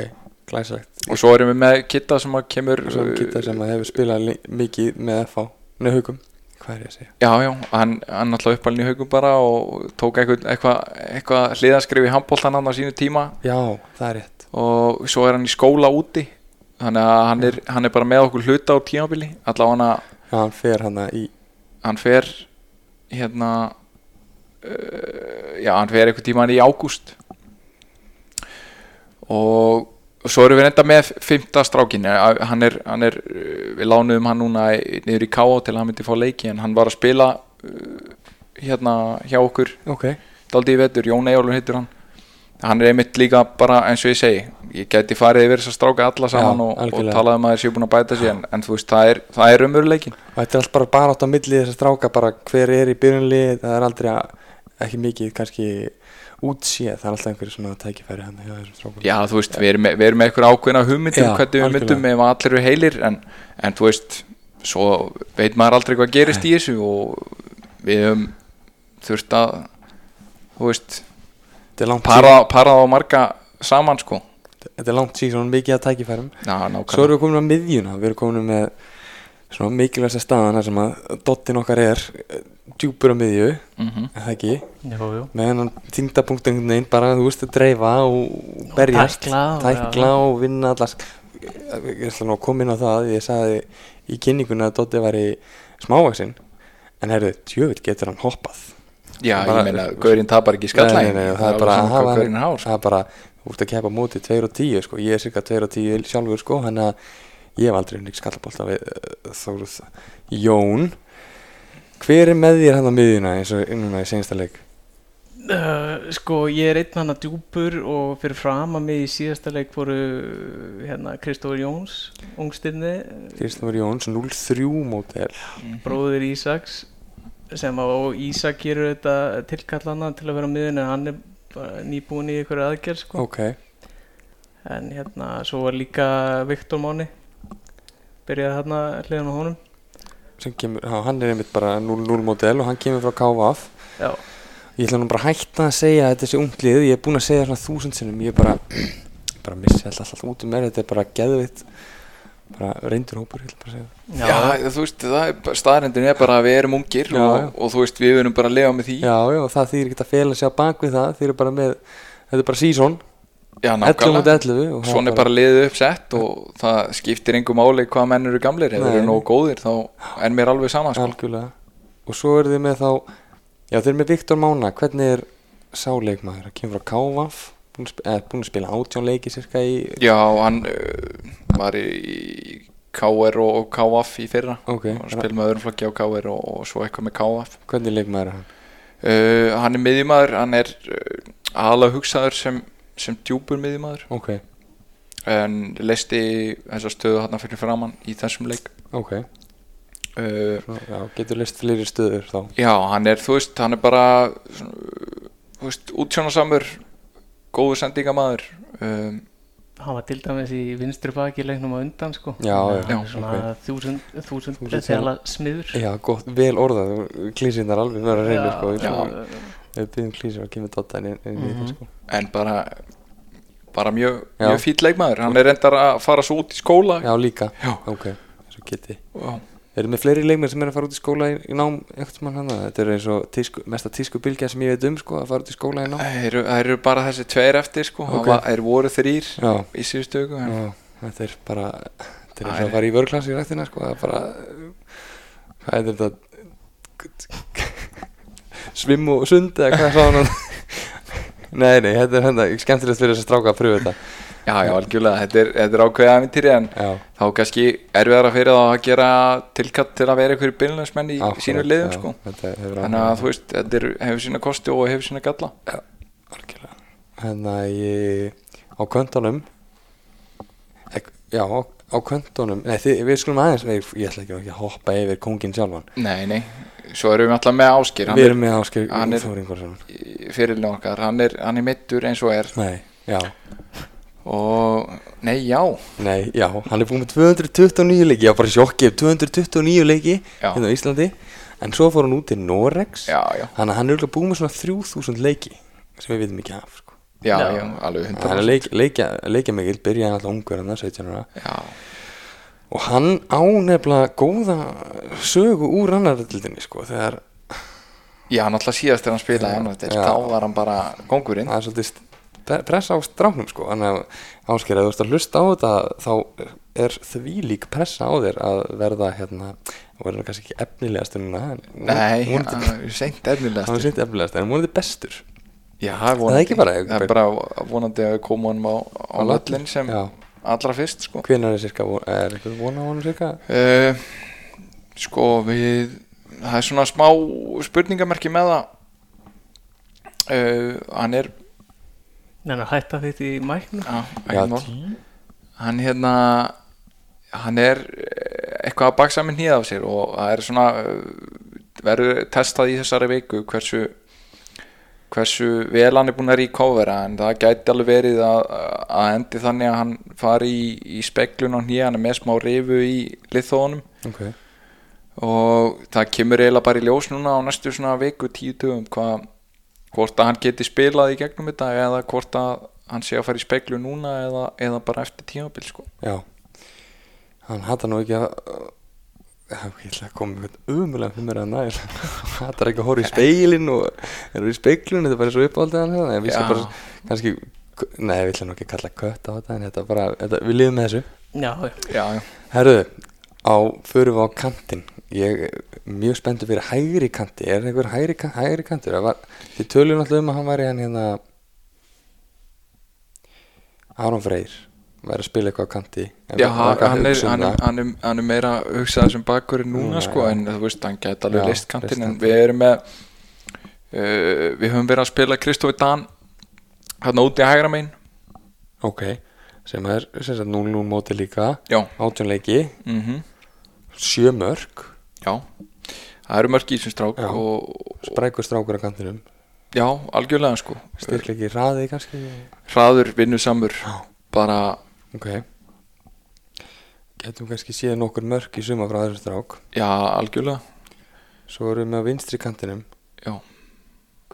S1: glæsagt
S3: og svo erum við með Kitta sem að kemur
S1: Svo hann kittar sem að hefur spilað le- mikið með FH Nei, haugum, hvað er ég að segja?
S3: já, já, hann, hann alltaf uppalinn í haugum bara og tók eitthvað eitthva, eitthva hliðaskrif í handbóltan hann á sínu tíma
S1: Já, það er rétt
S3: og svo er hann í skóla úti þannig að hann er, hann er bara með okkur hluta á tímabili allavega hann að
S1: Já, hann fer hana í,
S3: hann fer hérna uh, já, hann fer einhvern tímann í ágúst og og svo erum við reynda með fymta strákin eh, hann er, hann er, eh, við lánuðum hann núna í- niður í K.O. til að hann myndi fá leiki en hann var að spila eh, hérna hjá okkur
S1: ok
S3: daldi í vetur, Jón Eyjólfur heitur hann hann er einmitt líka bara eins og ég segi ég gæti farið yfir þess að stráka alla saman og, og
S1: algjörlega.
S3: talaði um að þeir séu búin að bæta sér en, en þú veist, það er, það er umveruleikin
S1: Og þetta er allt bara bara átt á milli þessar stráka bara hver er í byrjunlið, það er aldrei að, ekki mikið kannski útsýð, það er alltaf einhverju svona tækifæri hann hjá þessum strákum.
S3: Já, þú veist, við erum með, við erum með eitthvað ákveðna hugmyndum
S1: Já,
S3: hvernig við
S1: algjörlega.
S3: myndum ef allir eru heilir en, en þú veist, svo veit maður aldrei hvað gerist í þessu og við höfum þurft að þú veist,
S1: Þetta er langt,
S3: para, para á marga saman sko
S1: sí- þetta er langt síðan mikið að tækifærum.
S3: Já,
S1: Svo
S3: nákvæmlega
S1: erum við komin á miðjuna, við erum komin með svona mikilvægsta staðan þar sem að dottin okkar er eh, djúpur á miðju,
S3: mm
S1: er það ekki,
S2: Jú, jú.
S1: með hennan þingdapunktin einhvern veginn bara, þú veist, að dreifa og berjast,
S2: tækla og-
S1: tækla og vinna allar sk- ég ætla nú að koma inn á það ég sagði í kynningunni að Dotti var í smávaksinn en herðu, tjövill getur hann hoppað
S3: Já,
S1: Bara-
S3: ég meina, gaurinn tapar ekki
S1: Nei,
S3: skallæðin
S1: nei, nei, það er bara að hafa
S3: gaurinn er hár
S1: það er bara, þú ert að kepa móti 2 og 10 sko. ég er cirka 2 og 10 sjálfur sko, hann að ég hef aldrei unnið skallabólta við uh, Þóruð Jón hver er með þér hann á miðjuna eins og núna í sensta leik
S2: Uh, sko, ég er einn hann að djúpur og fyrir fram að mig í síðasta leik voru hérna Kristófur Jóns, ungstirni,
S1: Kristofur Jóns 0-3 mótel
S2: bróðir Ísaks sem á og Ísak gerur þetta tilkallana til að vera á miðun en hann er bara nýbúin í ykkur aðgerð sko.
S1: ok,
S2: en hérna svo var líka Viktor Máni byrjaði hérna hliðan á honum
S1: sem kemur, já, hann er einmitt bara 0-0 mótel og hann kemur frá KVF
S2: já,
S1: ég ætla nú bara að hætta að segja að þetta sé unglið ég er búin að segja svona þúsund sinnum ég er bara, bara missi alltaf, alltaf út um mér þetta er bara geðvitt bara reyndur hópur ég ætla bara að segja það.
S3: Já, þú veist, það er bara, staðrendin er bara að við erum ungir
S1: Já,
S3: og,
S1: já.
S3: og þú veist, við verum bara að lega með því
S1: já, já, og það þýr ekki að fela sig á bak við það þýr bara með, þetta er bara season
S3: Já,
S1: 11
S3: nákvæmlega
S1: mot 11 og það
S3: Svona er bara liðið uppsett og það skiptir engu máli hvað menn eru gamlir, ef
S1: Nei.
S3: þeir eru nógu góðir þá er mér alveg sama sko.
S1: algjörlega og svo eru þið með þá já, þið eru með Viktor Mána, hvernig er sáleikmaður, hann kemur frá KVF búin að spila, eh, búin að spila átjón leiki cirka í,
S3: Já, hann uh, var í KR og, og KF í fyrra
S1: ok,
S3: og spil með öðrum flokki á KR og, og svo eitthvað með KF
S1: hvernig leikmaður er hann
S3: uh, Hann er miðjumæður, hann er uh, aðalega hugsaður sem, sem djúpur miðjumæður
S1: ok,
S3: en leisti þessa stöðu hann fyrir framann í þessum leik
S1: ok,
S3: uh,
S1: Svona, já, getur list fleiri stöður þá
S3: Já, hann er, þú veist, hann er bara svona, þú veist, útsjónasamur góður sendingamæður um,
S2: hann var til dæmis í vinstri baki leiknum á undan sko
S1: Já, já,
S2: Hann er
S1: já,
S2: svona
S1: ok.
S2: þúsund, þúsund,
S1: Þúsund
S2: þúsund þegar smiður
S1: Já, gott, vel orðað, klísirnar alveg vera reynir sko,
S3: já.
S1: Við- við byggjum klísir að kemur dotta inn í mm
S2: Mhm.
S1: -hmm. sko.
S3: en bara bara mjög,
S1: Já.
S3: mjög fýll leikmaður hann er reyndar að fara svo út í skóla
S1: Já, líka,
S3: Já.
S1: ok, svo geti
S3: Já.
S1: Eh, Eru með fleiri leikmenn sem er að fara út í skóla í, í nám einhvern tímann hann Þetta er eins og tísku, mesta tísku bylgja sem ég veit um sko, að fara út í skóla í nám
S3: Það eru, það eru bara þessi tveir eftir sko
S1: Ok.
S3: okay. Það eru voru þrýr
S1: Já,
S3: í síðustu viku en-
S1: já þetta er bara þetta er eins
S3: Æ.
S1: og að fara í vörklass í rættina sko, það er bara hvað er þetta svimm og sund eða hvað sá hann Nei, nei, þetta er henda, skemmtilegt fyrir þess að stráka að pröfu þetta
S3: Já, já, algjörlega, þetta er, þetta er ákveðið aventýri en
S1: Já,
S3: þá kannski erfiðara fyrir þá að gera tilkatt til að vera einhverjir byrjunarsmenn í
S1: akkurat,
S3: sínu liðum
S1: já,
S3: sko
S1: Þetta hefur
S3: Þannig að þú veist, þetta er, hefur sína kosti og hefur sína galla
S1: Algjörlega. Þannig að ég á köntunum ek, Já, á, á köntunum Nei, þið, við skulum aðeins ég, ég ætla ekki að- ekki að hoppa yfir kóngin sjálfan
S3: Nei, nei, svo erum við alltaf með Áskir
S1: Við erum með Ásker
S3: hann er-
S1: Þóringarsson
S3: fyrirlin okkar, hann er, hann er mittur eins og er
S1: Nei, já
S3: og, nei, já
S1: Nei, já, hann er búinn með 229 leiki Já, bara sjokkið, 229 leiki
S3: Já.
S1: hérna á Íslandi En svo fór hann út til Norex
S3: já, já,
S1: Þannig að hann er örugglega búinn með svona 3000 leiki sem við vitum ekki af sko.
S3: já,
S2: Já.
S3: já, alveg
S1: Hann er
S3: 100%
S1: leik, leikja, leikja mikil, byrjaði alltaf ungur hann 17 ára
S3: já,
S1: og hann á nefnilega góða sögu úr annarveldinni sko þegar
S3: já, náttúrulega síðast þegar hann spilaði hann,
S1: Já.
S3: þá var hann bara kongurinn
S1: það er svolítið st- pressa á stráknum sko þannig að ásker að þú ert að hlusta á þetta þá er því lík pressa á þér að verða hérna og verður kannski ekki efnilegast núna en von-
S3: nei,
S1: vonandi-
S3: hann er seint
S1: hann er
S3: efnilegast
S1: sýnt efnilegast en hún er bestur
S3: já, það er
S1: Það er
S3: vonandi
S1: ekki bara-
S3: það er bara vonandi að við komum honum á, á
S1: Á völlinn,
S3: löllin sem
S1: já.
S3: allra fyrst sko.
S1: hvenær er cirka von- er einhver vona á hann cirka
S3: Uh, sko við það er svona smá spurningamerki með það uh, hann er
S2: Nei, hann hætta því í mæknum
S3: á,
S1: Já,
S3: já, hann hérna hann er eh, eitthvað að baksa með nýða á sér og það er svona eh, verður testað í þessari viku hversu hversu vel hann er búin að ríkóvera en það gæti alveg verið að, að endi þannig að hann fari í, í speklun á nýja, hann er með smá rifu í liðþóðunum
S1: ok
S3: og það kemur eiginlega bara í ljós núna á næstu svona viku tíu töfum hvað, hvort að hann geti spilað í gegnum þetta eða hvort að hann sé að fara í speklu núna eða, eða bara eftir tímabil sko.
S1: já hann hata nú ekki að Já, ég ætla að koma með eitthvað umulega fyrir mér að næl hann er ekki að horfa í speilin og er í speiklun, þetta er bara svo uppáldið hann hérna, en við
S3: Já.
S1: séum bara kannski nei, við ætlum nú ekki að kalla kött á þetta en þetta er bara, þetta, við liðum með þessu
S2: Já, já.
S3: já, já,
S1: Herðu, á, förum við á kantinn ég er mjög spenntur fyrir hægri kanti er einhver hægri, kan- hægri kantur Það var, þið tölum alltaf um að hann væri hann hérna Aron Freyr væri að spila eitthvað á kanti En
S3: já
S1: við- við ekki að
S3: hann, er,
S1: hugsa um
S3: hann,
S1: það.
S3: er, hann, er, hann er meira hugsaður sem bakurinn núna
S1: Núna,
S3: sko,
S1: já.
S3: en þú veist, hann gæti
S1: Já,
S3: alveg list kantinn en
S1: list
S3: við erum með uh, við höfum verið að spila Kristofi Dan hann úti að hægra megin
S1: Ok, sem er sem sagt 0-0 móti líka
S3: já,
S1: 18 leiki,
S3: mhm
S1: 7 mörg
S3: já það eru mörg í þessum strák
S1: Já.
S3: og, og
S1: Sprækur strákur á kantinum
S3: já, algjörlega sko
S1: Styrkleiki í raði kannski
S3: hraður vinnusamur
S1: Já.
S3: bara,
S1: Ok Getum kannski séð nokkur mörg í suma frá þessum strák
S3: já, algjörlega
S1: Svo erum við á vinstri kantinum
S3: já,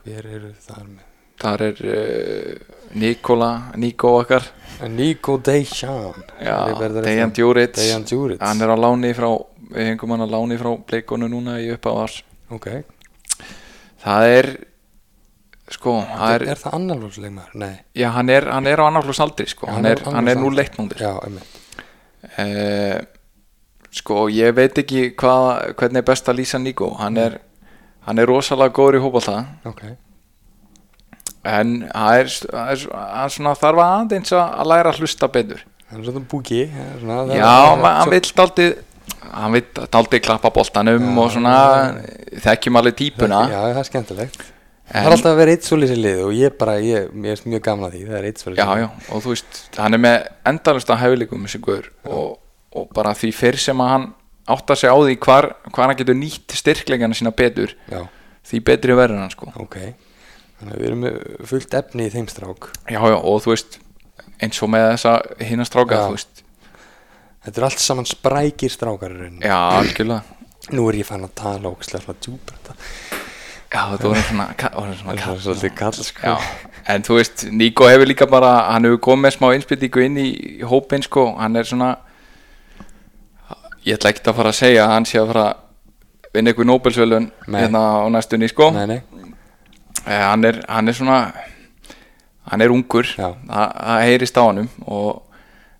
S1: Hver eru þar með?
S3: þar er uh, Nikola, Nikó okkar
S1: Nico Dejan
S3: já, Dejan Djuric
S1: Dejan Djuric
S3: hann er á láni frá við hengum hann á láni frá bleikonu núna í uppávars
S1: Ok,
S3: það er sko, það
S1: er,
S3: er,
S1: er það annarlóðsleik maður? Nei
S3: já, hann er, hann er á annarflós aldri sko, hann er, hann er nú leitt núndir
S1: Já, einmitt
S3: Eh, sko, ég veit ekki hvað, hvernig er best að lýsa Nico hann er, hann er rosalega góður í hópallta
S1: Ok,
S3: en hann er, hann er, hann svona þarf aðeins að að læra að hlusta betur
S1: hann er svona búki svona, það-
S3: já, hann, hann vill daldi hann vill daldi klappa boltanum
S1: Já,
S3: og svona þekkjum alveg típuna
S1: Já, það er skemmtilegt Það
S3: en,
S1: er alltaf að vera eitt svolítið í liðu og ég bara, ég, ég er mjög gamla því, það er eitt svolítið
S3: já, já, og þú veist, hann er með endalista hæfileikum þessi guður og, og bara því fyrr sem að hann áttar sig á því hvar, hvar hann getur nýtt styrkleikana sína betur
S1: Já,
S3: því betri verður hann sko
S1: ok. Þannig að við erum með fullt efni í þeim strák.
S3: já, já, og þú veist eins og með þessa hinna stráka
S1: Já.
S3: þú veist,
S1: Þetta er allt saman sprækir strákar í rauninni.
S3: já, algjörlega
S1: Nú er ég fann að tala ógæslega svona djúpra þetta.
S3: já, þetta voru svona, ka- voru svona
S1: Það
S3: kall
S1: er svolítið kall, sko.
S3: já, en þú veist, Nico hefur líka bara hann hefur komið með smá innspýtingu inn í hópin sko, hann er svona ég ætla ekkert að fara að segja að hann sé að fara að vinna einhver Nobelsvölun
S1: Nei.
S3: hérna á næstunni sko
S1: Nei, nei,
S3: Eh, hann, er, hann er svona hann er ungur
S1: Já.
S3: Þa- það heyrist á honum og,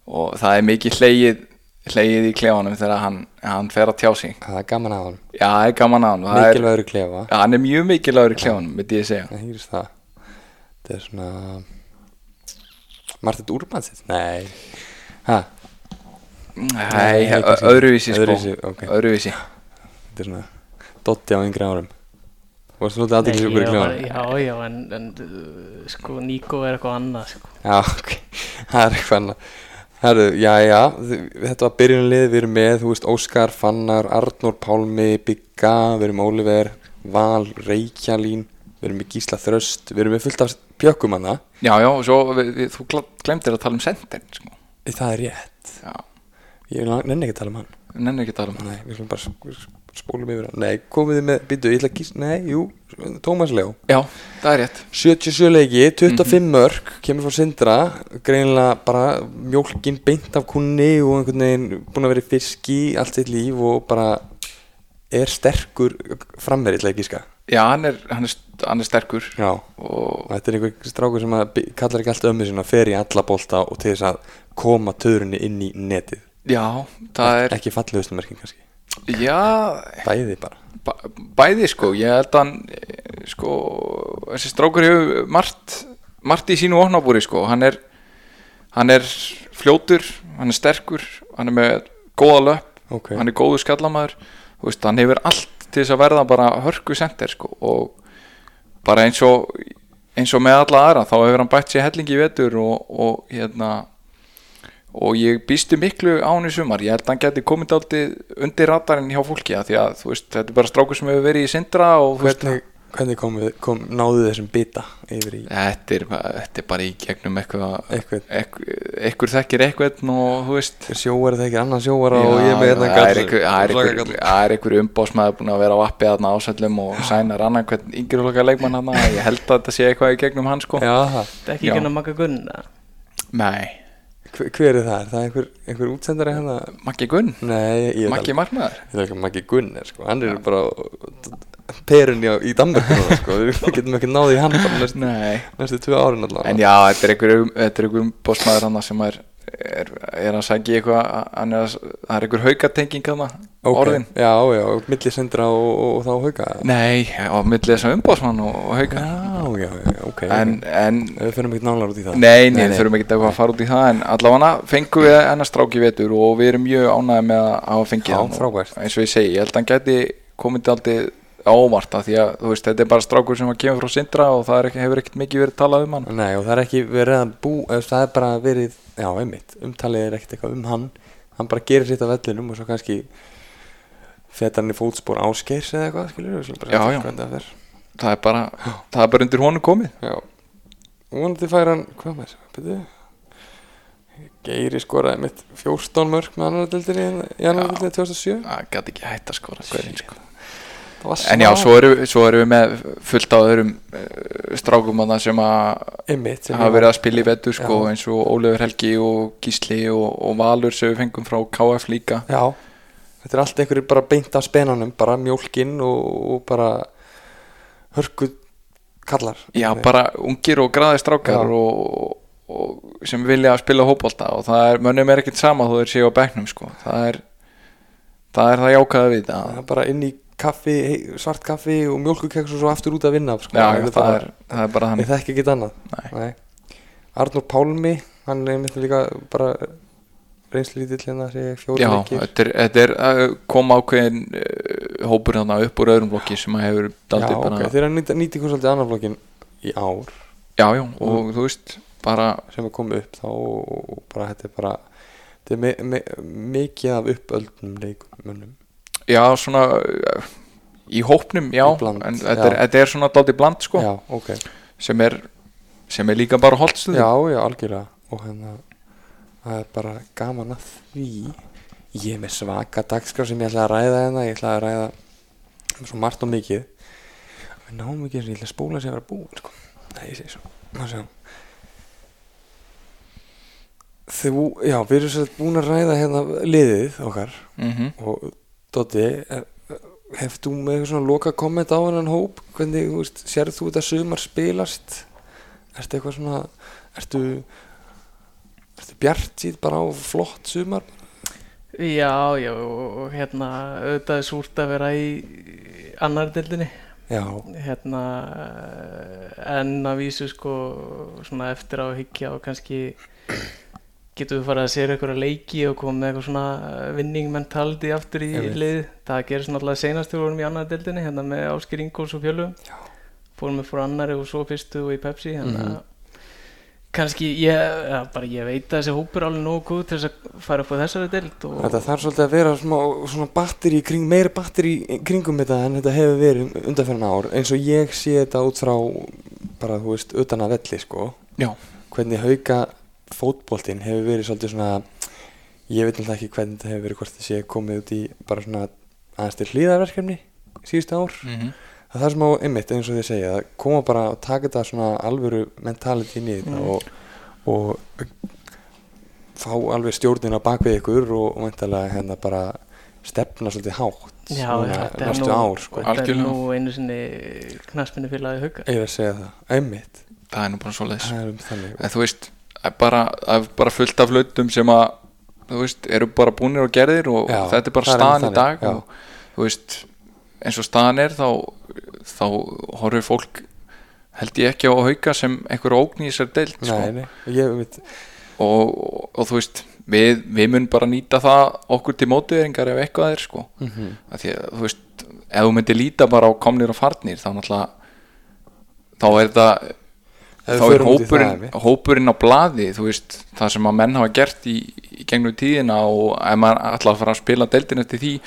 S3: og það er mikið hleyið hleyið í klefanum þegar hann, hann fer að tjá sig
S1: það er gaman að honum
S3: já, það er gaman á hann það er,
S1: Mikilvægur klefa
S3: Já, hann er mjög mikilvægur í klefanum, myndi ég segja
S1: Það hýrist það Þetta er svona Martin Urbansið? Nei ha,
S3: Nei,
S1: ekki
S3: ö-
S1: sem-
S3: öðruvísi sko
S1: öðruvísi, ok.
S3: öðruvísi.
S1: Þetta er svona Dotti á yngri árum Þú varst svolítið aðeins ykkur í
S2: ég var-
S1: klefanum
S2: já, já, en, en uh, sko, Nico er eitthvað annað sko.
S1: Já, ok Það er eitthvað annað Herru, já, já, þi- þetta var byrjunlið, við erum með, þú veist, Óskar, Fannar, Arnór, Pálmi, Bigga, við erum með Oliver, Val, Reykjalín, við erum með Gísla Þröst, við erum með fullt af pjökkum hann það.
S3: já, já, og svo við, við, þú gl- glemdir að tala um sendin sko.
S1: Það er rétt,
S3: já,
S1: ég nenni ekki að tala um hann.
S3: við nennum ekki að tala um
S1: Nei, við skulum bara sp- spólum yfir það Nei, komið þið með, býtu, ég ætla að gísa Nei, jú, Tómas Leó
S3: já, það er rétt
S1: 77 leiki, 25
S3: Mhm.
S1: mörg Kemur frá Sindra Greinilega bara mjólkin beint af kunni Og einhvern veginn búin að vera í fiski Allt sitt líf og bara Er sterkur framverið ætla ég að gíska
S3: já, hann er, hann er, st- hann er sterkur
S1: Já
S3: og
S1: Og þetta er einhver strákur sem að bi- kallar ekki allt ömmu sinna Fer í alla bolta og til þess að koma töðrunni inn í netið
S3: já, það er
S1: Ekki fallegustu merkin kannski
S3: já,
S1: Bæði bara
S3: Bæ- bæði sko, ég held að hann eh, sko, þessi strákur hefur margt, margt í sínu opnabúri sko, hann er hann er fljótur, hann er sterkur hann er með góða löp
S1: Ok,
S3: hann er góðu skallamaður þú veist, hann hefur allt til þess að verða bara hörku sender sko og bara eins og eins og með alla aðra, þá hefur hann bætt sér hellingi í vetur og, og hérna og ég býstu miklu á hann í sumar ég held að hann geti komið aldrei undir radarinn hjá fólki af því að þú veist, þetta er bara strákur sem hefur verið í sindra og þú veist,
S1: hvernig, hvernig kom, kom, náðu þessum bita yfir í
S3: þetta er, bara- þetta er bara í gegnum eitthvað
S1: eitthvað
S3: eitthvað þekkir eitthvað og þú veist
S1: sjóara þegar annan sjóara
S3: Já,
S1: og ég er með hérna
S3: já, það er einhver- það er einhver- það er einhver umbásmaður búin að vera á appi þarna ásællum og sænar annan hvern yngri loka leikmann hann ég held að þetta sé eitthvað í gegnum hann sko
S1: Já, það.
S2: Þetta er ekki
S3: Já.
S2: ekki að maka gunna
S3: Nei,
S1: Hver- hver er það? Er það einhver, einhver útsendari hérna?
S3: Maggi Gunn,
S1: Nei, ég veit
S3: Maggi
S1: alveg-
S3: Marmaður
S1: ég veit ekki Maggi Gunner, sko, hann er bara perunni í Danmörku núna, sko, við getum ekki náði í hann bara næstu,
S3: Nei,
S1: næstu tvö árin allavega
S3: en já, þetta er einhver, um- þetta er einhver umbásmaður hann sem er, er, er að sagja eitthvað hann er, að- það er einhver haukatenging hann
S1: Ok,
S3: orðin
S1: Já, já, og milli sendra og, og, og þá hauka
S3: Nei, á milli þess að umbásmann og, og hauka
S1: Já, já, já, ok
S3: En, en
S1: Við fyrir mig ekki nálar út í það
S3: Nei, nei, nei þurfum ekki að fara út í það en allavega fengum við hennar strák í vetur og við erum mjög ánægði með að hafa fengið
S1: Já,
S3: hann og
S1: frábært.
S3: eins og ég segi, ég held að hann gæti komið til aldrei ámart af því að þú veist, þetta er bara strákur sem að kemur frá sindra og það er ekki, hefur ekkert mikið verið talað um hann
S1: Nei og það er ekki verið að bú eða það er bara verið, já einmitt umtalið er ekkert eitthvað um hann hann bara gerir sitt á vellinum og svo kannski fetar hann í fótspór áskeirs eða eitthvað skilur við,
S3: Já, já. það er bara, það er bara undir honum komið
S1: já og vonandi fær hann, hvað maður sem, betur Geiri skoraði mitt 14 mörg með annar dildinni í annar
S3: Já.
S1: dildinni 2007
S3: það gæti ekki hætt að skora hverjum sko
S1: Það var
S3: En já,
S1: svaka-
S3: svo erum, við- svo erum við með fullt á öðrum eh, strákum að sem að
S1: einmitt sem
S3: hafa
S1: ég
S3: verið
S1: var-
S3: að spila í vetur sko,
S1: Já.
S3: eins og Ólefur Helgi og Gísli og, og Valur sem við fengum frá KF líka
S1: Já, þetta er allt einhverju bara beint af spenanum, bara mjólkin og, og bara hörku kallar
S3: Já, bara ungir og graði strákar
S1: Já.
S3: og, og sem vilja að spila hópólta og það er, mönnum er ekkert sama þú þeir séu á bekknum sko. það er það er það jákaða við þetta
S1: Það er bara inn í kaffi, hei, svart kaffi og mjólkukeks og svo aftur út að vinna sko.
S3: Já,
S1: Þetta
S3: það, er, það er bara
S1: Ég
S3: þannig
S1: þekki ekki annað
S3: Nei.
S1: Arnur Pálmi, hann er mitt líka bara reynslítill hérna segja fjóri
S3: Já,
S1: leikir
S3: þetta er, þetta er að koma ákveðin uh, hópur þarna upp úr öðrum blokki sem að hefur
S1: Já,
S3: daldið
S1: ok,
S3: bara
S1: þeir eru að nýta nýti hversaldi annar flokkin í ár
S3: Já, já, og
S1: Mm.
S3: þú veist bara,
S1: sem að koma upp þá og og bara þetta er bara þetta er me, me, mikið af uppöldnum leikmönnum
S3: já, svona uh, í hópnum, já,
S1: Í bland,
S3: en þetta er,
S1: já.
S3: þetta er svona daldið bland sko,
S1: Já, ok
S3: sem er sem er líka bara holtstuð
S1: Já, já, algjörlega og hérna það er bara gaman að því ég er með svaka dagskrá sem ég ætla að ræða hérna, ég ætla að ræða svo margt og mikið við náum ekki eins og ég ætla að spóla sér að vera búin sko. Nei, ég segi svo Má sjá þú, já, við erum sér búin að ræða hérna liðið okkar
S3: Mhm.
S1: og Dotti eh, hefur þú með eitthvað svona loka komment á hennan hóp hvernig, þú veist, sérð þú þetta sumar spilast ertu eitthvað svona ertu ertu bjart síð bara á flott sumar
S2: Já, já, og og hérna auðvitað er súrt að vera í annar deildinni
S1: já,
S2: hérna eh, en að vísu sko svona eftir á að hyggja og kannski getum við farið að sér einhverja leiki og koma með eitthvað svona vinning mentaldi aftur í
S1: Einmitt.
S2: lið það gerist náttúrulega seinast þegar við vorum í annar deildinni hérna með Áskir Ingóls og Fjölum
S1: Já.
S2: fórum við fór annari og svo fyrstu og í Pepsi hérna
S1: Mhm.
S2: kannski ég, ja, bara ég veit að þessi hópur er alveg nógu góð til þess að fara upp á þessari deild og
S1: þetta þarf svolítið að vera smá, svona batteri kring, meira batteri kringum þetta en þetta hefur verið undanferðan ár eins og ég sé þetta út frá bara, þú veist, utan að velli sko
S3: Já,
S1: hvernig hauka fótboltinn hefur verið svolítið svona ég veit náttúrulega ekki hvernig þetta hefur verið hvort það sé komið út í bara svona aðeins til hlýðarverkefni síðustu ár
S3: mhm.
S1: það er það sem á einmitt eins og þið segja að koma bara og taka þetta svona alvöru mentality inn í þetta
S2: Mm.
S1: og, og fá alveg stjórnin á bakvið ykkur og mæntalega hérna bara stefna svolítið hátt
S2: Já,
S1: núna
S2: þetta er
S1: næstu
S2: nú-
S1: ár sko.
S2: þetta er
S3: Algjörlega.
S2: nú einu sinni knaspinu félagi hauka
S1: ég er að segja það, einmitt
S3: það er nú bara svo leiðis
S1: það er um þannig
S2: Sko.
S3: en þú veist, það er bara, það er bara fullt af hlutum sem að þú veist, eru bara búnir og gerðir og
S1: Já,
S3: þetta er bara
S1: það er
S3: staðan í
S1: einmitt
S3: dag
S1: þannig, já.
S3: og þú veist, eins og staðan er þá, þá horfir fólk held ég ekki á að hauka sem einhver ógn í þessar deild sko.
S1: nei, nei, ég veit
S3: og, og, og þú veist við, við mun bara nýta það okkur til mótiðringar ef eitthvað er sko.
S1: mm -hmm.
S3: að því að þú veist ef þú myndir líta bara á komnir og farnir þá náttúrulega þá er það
S1: Ef við
S3: þá er
S1: förum út í það,
S3: hópurinn,
S1: einmitt.
S3: hópurinn á blaði þú veist, það sem að menn hafa gert í, í gegnum tíðina og ef maður ætla að fara að spila deildin eftir því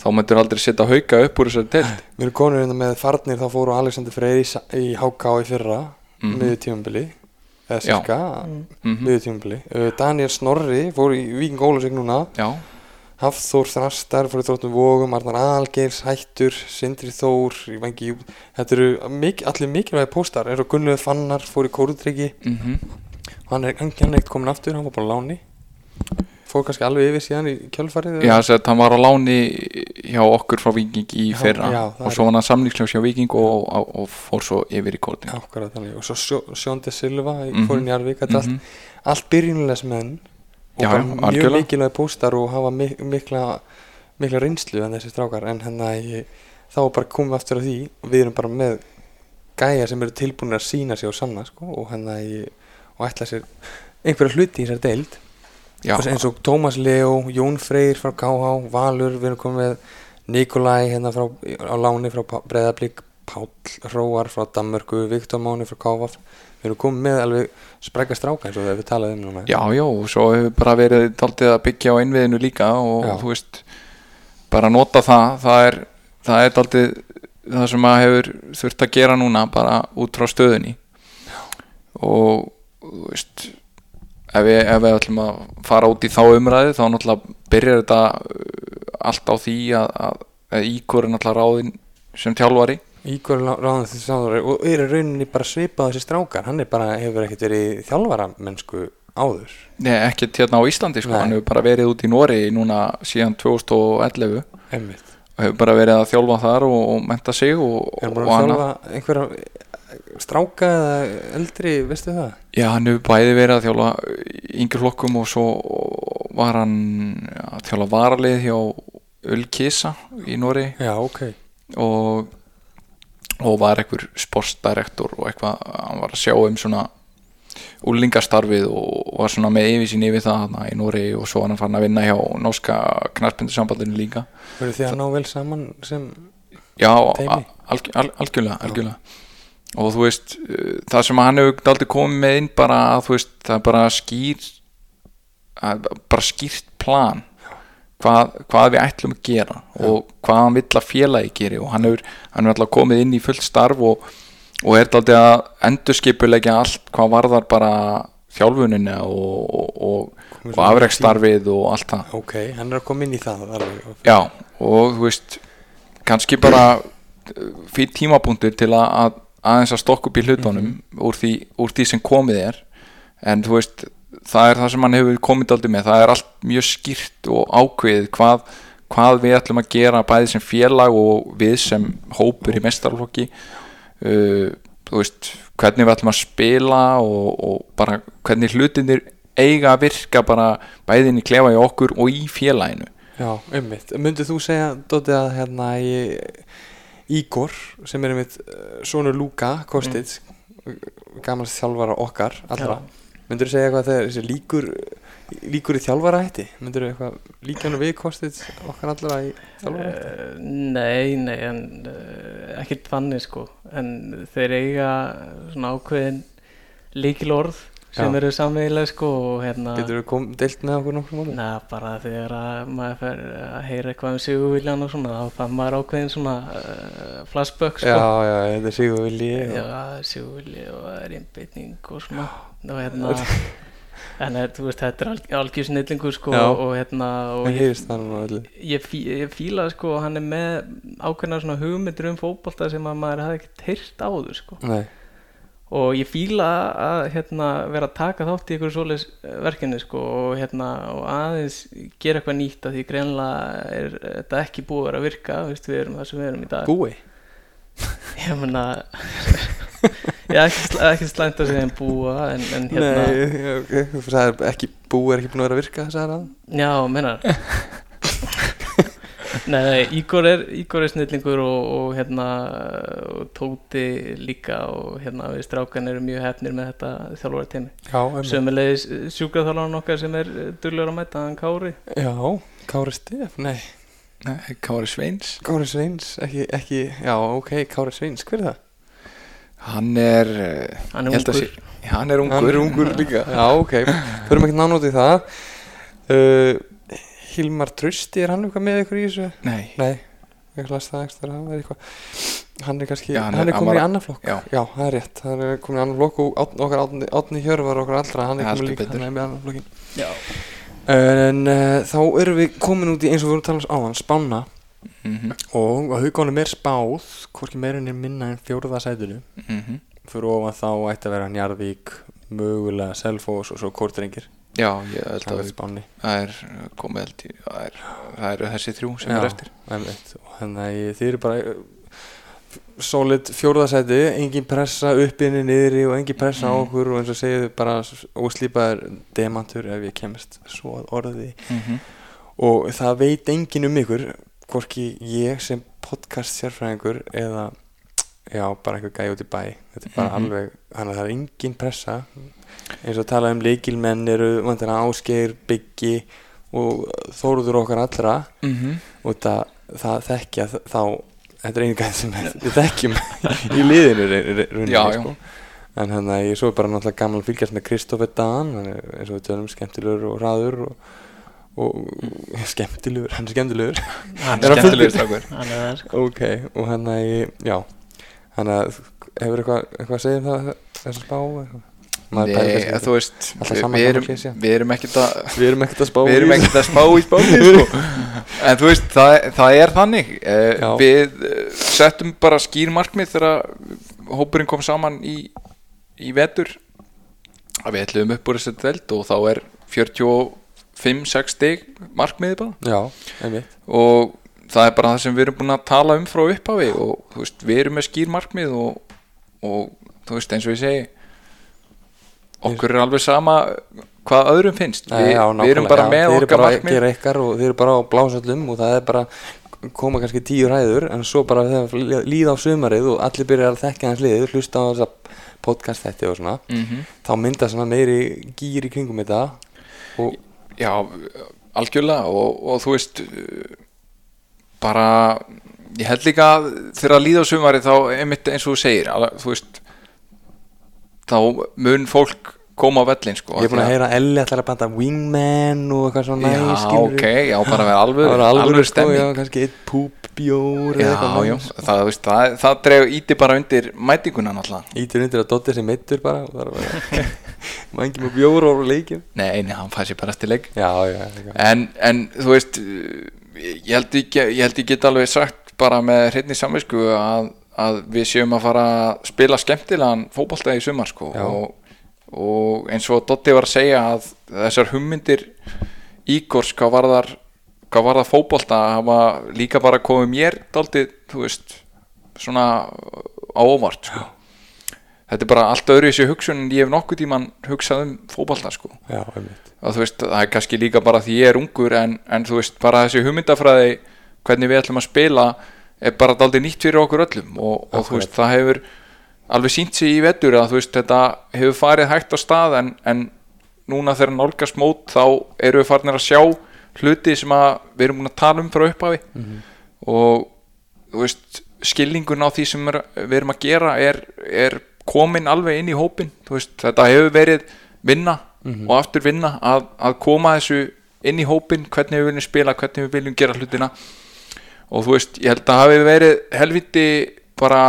S3: þá myndir aldrei setja hauka upp úr þessari deild
S1: Við erum konur hérna með farnir þá fóru Alexander Freyr í, sa- í HK í fyrra mm
S3: Mhm.
S1: -hmm. miður tímabili eða sérka
S2: Mm.
S3: mm
S1: miður tímabili uh, Daniel Snorri fór í Víking Ólusing núna
S3: já,
S1: Hafþór Þrastar fór í Þróttum Vogum Arnar Algeirs, Hættur, Sindri Þór í Vengi Jú Þetta eru mik allir mikilvægi póstar eins og Gunnlöð Fannar fór í Kórutryggi
S3: mm
S1: hann er hann hann er ekkert komin aftur, hann var bara á láni fór kannski alveg yfir síðan í kjölfarið
S3: já þess að hann var á láni hjá okkur frá Viking í
S1: Já,
S3: fyrra
S1: já, það
S3: og
S1: er-
S3: svo var hann samlíksljós hjá Viking og, og, og fór svo yfir í kórting
S1: Akkurat, þannig, og svo Sjó- Sjón de Silva mm
S3: Mhm.
S1: fór inn í Arvík, þetta mm
S3: Mhm.
S1: allt byrjunlegs menn og
S3: Já,
S1: bara
S3: já,
S1: mjög
S3: algjörlega.
S1: mikilvæg póstar og hafa mik mikla, mikla reynslu en þessi strákar en hann að ég, þá er bara komið aftur á því og við erum bara með gæja sem eru tilbúin að sína sig og sanna sko, og hann að ég, og ætla sér einhverja hluti í þessar deild
S3: já,
S1: Og eins og Tómas Leo, Jón Freyr frá KH, Valur, við erum komið með Nikolai hérna frá, á láni frá Breðablík, Páll Róar frá Danmörku, Viktor Máni frá KV við erum komið með alveg sprekka stráka eins og það við talaði um núna
S3: Já, já, og svo hefur bara verið taldið að byggja á innviðinu líka og
S1: Já.
S3: þú veist, bara nota það það er, það er taldið það sem maður hefur þurft að gera núna bara út frá stöðunni og þú veist ef við, ef við ætlum að fara út í þá umræðu þá náttúrulega byrjar þetta uh, allt á því að, að, að íkor er náttúrulega ráðin sem þjálfari
S1: Ígor ráðan því sáður og er í rauninni bara svipað á þessi strákar hann er bara, hefur ekkert verið þjálfara mennsku áður
S3: Nei, ekkert hérna á Íslandi sko,
S1: Nei.
S3: hann hefur bara verið út í Noregi núna síðan 2011
S1: einmitt,
S3: og hefur bara verið að þjálfa þar og, og menta sig og,
S1: er
S3: og
S1: bara að þjálfa einhverja eh, stráka eða eldri, veistu það?
S3: Já, hann hefur bæði verið að þjálfa yngri flokkum og svo var hann að þjálfa varalið hjá Ulkisa í Nóri
S1: Já, ok
S3: og, og var einhver sportsdirektor og eitthvað, hann var að sjá um svona úlingastarfið og var svona með yfirsýn yfir það hana, í Nóri og svo var hann fann að vinna hjá norska knarpindusambandinu líka
S1: Verður þið að ná vel saman sem
S3: Já,
S1: Teymi.
S3: al, al, algjörlega, algjörlega. og þú veist uh, það sem hann hefur daldi komið með inn bara að þú veist það er bara skýr að- bara skýrt plan hvað, hvað við ætlum að gera og hvað hann vill að félagi geri og hann hefur, hann hefur alltaf komið inn í fullt starf og, og er daldi að endurskipulegja allt hvað varðar bara þjálfunina og, og,
S1: Komið
S3: og, og
S1: svona
S3: afrekstarfið og allt það
S1: ok, hann er að koma inn í það alveg.
S3: Já, og þú veist kannski bara fyrir tímapunktur til að, að aðeins að stokka upp í hlutunum úr, því, úr því sem komið er en þú veist það er það sem hann hefur komið aldrei með, það er allt mjög skýrt og ákveðið hvað, hvað við ætlum að gera bæði sem félag og við sem hópur í mestarflokki uh, þú veist hvernig við ætlum að spila og, og bara hvernig hlutinir eiga að virka bara bæðin í klefa í okkur og í félaginu
S1: Já, ummitt. Myndið þú segja, Dóti, að hérna ég, Ígor, sem er einmitt eh, sonur Lúka Kostic, mm. gamals þjálfara okkar, allra. Myndir þú segja eitthvað þegar þessi líkur, líkur í þjálfara hætti? Myndir þú eitthvað líkjánu við Kostic okkar allra í þjálfara hætti?
S2: Eh, Nei, nei, en uh, ekkert þannig sko en þeir eiga svona ákveðin líkilorð sem
S1: Já.
S2: eru samveigilega sko og hérna
S1: Getur þú kom, deilt með okkur nokkrum málum?
S2: Na, bara þegar að maður fer að heyra eitthvað um sigurviljan og svona þá fann maður ákveðin svona uh, flashback
S1: Já,
S2: sko
S1: já, þetta er Sigur Vilji.
S2: Já,
S1: og-
S2: sigurvilji og það er einbytning og svona og hérna en eh, þú veist, þetta er alg, algjörsnillingu sko
S1: Já.
S2: og hérna og
S1: Það heyrist það núna öllu.
S2: ég, fí, ég fíla sko að hann er með ákveðna svona hugmyndir um fótbolta sem að maður hafði ekkert heyrt áður sko
S1: Nei,
S2: og ég fíla að hérna vera að taka þátt í ykkur svoleiðis verkefni sko og hérna og aðeins gera eitthvað nýtt af því greinlega er þetta ekki búið að vera að virka veist, við erum það sem við erum í dag
S1: búi.
S2: ég meina ég er ekki, sl- ekki slæmt að segja en búa en, en hérna
S1: Nei, ok, þú sagðir ekki, búi er ekki búin að vera að virka, sagðir hann.
S2: Já, meinar Nei, nei, Ígor er, Ígor er snillingur og, og hérna og Tóti líka og hérna við strákan eru mjög hefnir með þetta þjálfara teimi
S1: Já, einmitt.
S2: Sömulegis sjúkraþjálfarinn okkar sem er dullur að mæta, hann Kári
S1: Já, Kári Stef, nei.
S3: Nei, Kári Sveins
S1: Kári Sveins, ekki, ekki, já, ok, Kári Sveins, hver er það?
S3: hann er, eh,
S2: Hann
S3: Ég
S2: er
S3: held að
S2: ungur
S3: sé- hann er ungur,
S1: Hann er ungur líka Já, ok, förum ekki nánótt í það uh, Hilmar Trösti, er hann eitthvað með ykkur í þessu?
S3: Nei,
S1: Nei, ég las það ekstra hann er eitthvað Hann er kannski,
S3: Já,
S1: hann,
S3: hann er-
S1: er
S3: hann
S1: komin
S3: var-
S1: í annan flokk
S3: já.
S1: það er rétt, hann er komin í annan flokk og Árn- okkar Árni- Árni Hjörvar okkar allra hann er
S3: Heldur
S1: komin líka,
S3: betur.
S1: hann er með annan flokkin
S2: Já.
S1: En uh, þá erum við komin út í eins og við vorum að tala um áðan, Spána
S3: mhm,
S1: og að haugunum er spáð hvorki meira en minna en fjórða sætinu
S3: mhm
S1: fyrir ofan þá ætti að vera Njarðvík mögulega Selfoss og svo Kortrengir
S3: Já, ég held að
S1: það er
S3: við-
S1: spánni
S3: það er komið held í það er- það eru þessi þrjú sem eru eftir
S1: einmitt. og þannig að ég- þið eru bara uh, solid fjórðasæti engin pressa upp inni niðri og engin pressa á
S3: Mhm.
S1: okkur og eins og segið þið bara s- óslípaðir demantur ef ég kemst svo að orði
S3: Mhm.
S1: og það veit engin um ykkur hvorki ég sem podcast sérfræðingur eða já, bara einhver gæi út í bæ þetta er bara
S3: Mhm.
S1: alveg, þannig að það er engin pressa eins og talað um leikilmenn eru vantilega áskeir, byggi og þóruður okkar allra
S3: -hmm.
S1: og það, það þekkja þ- þá þetta er einu gæð sem við við þekkjum í liðinu re- re- rauninni,
S3: Já, já.
S1: sko. en þannig að ég er svo bara náttúrulega gaman að fylgjast með Kristoffer Dan hann er eins og við tölum skemmtilegur og hraður og, og
S3: Mm.
S1: skemmtilegur hann er skemmtilegur
S2: Hann
S1: Er hann fullur?
S3: skemmtilegur strákur
S2: Hann er það sko
S1: Ok, og hann að ég, já hann að hefur eitthvað eitthvað að segja um það þess að spá eitthvað? Maður pælir
S3: Nei,
S1: kannski
S3: þú veist
S1: Alltaf
S3: við
S1: sama
S3: við
S1: hjá
S3: erum,
S1: Klisja.
S3: við erum ekkert að
S1: ekki. Við erum ekkert að spá
S3: við erum
S1: í
S3: ekkert að spá í spáni sko. en þú veist, það, það er þannig uh,
S1: Já.
S3: við uh, settum bara skýr markmið þegar hópurinn kom saman í, í vetur að við ætlum upp úr þessi dveld og þá er 45-6 stig markmiði bara
S1: Já, einmitt
S3: og það er bara það sem við erum búin að tala um frá upphafi og þú veist, við erum með skýr markmið og, og þú veist, eins og ég segi okkur er alveg sama hvað öðrum finnst
S1: Nei,
S3: við,
S1: já,
S3: við erum
S1: nákvæmlega,
S3: bara
S1: já,
S3: með
S1: Þið eru
S3: okkar
S1: bara að
S3: markmið
S1: gera ykkar og þið eru bara á blásöllum um og það er bara koma kannski tíu ræður en svo bara þegar líða á sumarið og allir byrjar að þekka hans liðið hlusta á þess að podcast þetta og svona
S3: Mhm.
S1: þá mynda svona meiri gýr í kringum þetta og
S3: já, algjörlega og, og þú veist uh, bara ég held líka að þegar að líða á sumari þá einmitt eins og þú segir að, þú veist þá mun fólk koma á vellin sko,
S1: ég er búin
S3: því
S1: að heyra að Elli ætlar að banta wingman og eitthvað svona
S3: Já,
S1: næs, skilurðu.
S3: ok, já, bara vera alveg
S1: Það var alveg sko,
S3: stemning
S1: já, kannski eitt púpbjór eða
S3: Já,
S1: eitthvað
S3: já,
S1: næs.
S3: það, þú veist, það, það dregur íti bara undir mætinguna náttúrulega
S1: Ítur undir að Doddi sem meittur bara og það er bara Mængi með bjór og leikjum
S3: Nei, nei, hann fær sér bara stileg
S1: Já, já, já
S3: en, en þú veist uh, ég held ég, ge- ég, held ég get alveg sagt bara með hreinni samvisku að, að við séum að fara að spila skemmtilegan fótbolta í sumar sko
S1: Já.
S3: og, og eins og Dotti var að segja að þessar hugmyndir Ígors hvað varðar hvað varðar fótbolta hafa líka bara komið mér daldið, þú veist svona á óvart sko. þetta er bara allt öðru þessi hugsun en ég hef nokkuð tíman hugsað um fótbolta sko
S1: já, einmitt
S3: að þú veist, það er kannski líka bara því ég er ungur en, en þú veist, bara þessi hugmyndafræði hvernig við ætlum að spila er bara daldið nýtt fyrir okkur öllum og, og þú veist, það hefur alveg sínt sig í vetur að þú veist, þetta hefur farið hægt á stað en, en núna þegar nálgast mót þá eru við farnir að sjá hluti sem að við erum búin að tala um frá upphafi og þú veist, skilningun á því sem er, við erum að gera er, er komin alveg inn í hópin þú veist, þetta hefur verið vinna og aftur vinna að, að koma þessu inn í hópin, hvernig við viljum spila hvernig við viljum gera hlutina og þú veist, ég held að hafi verið helviti bara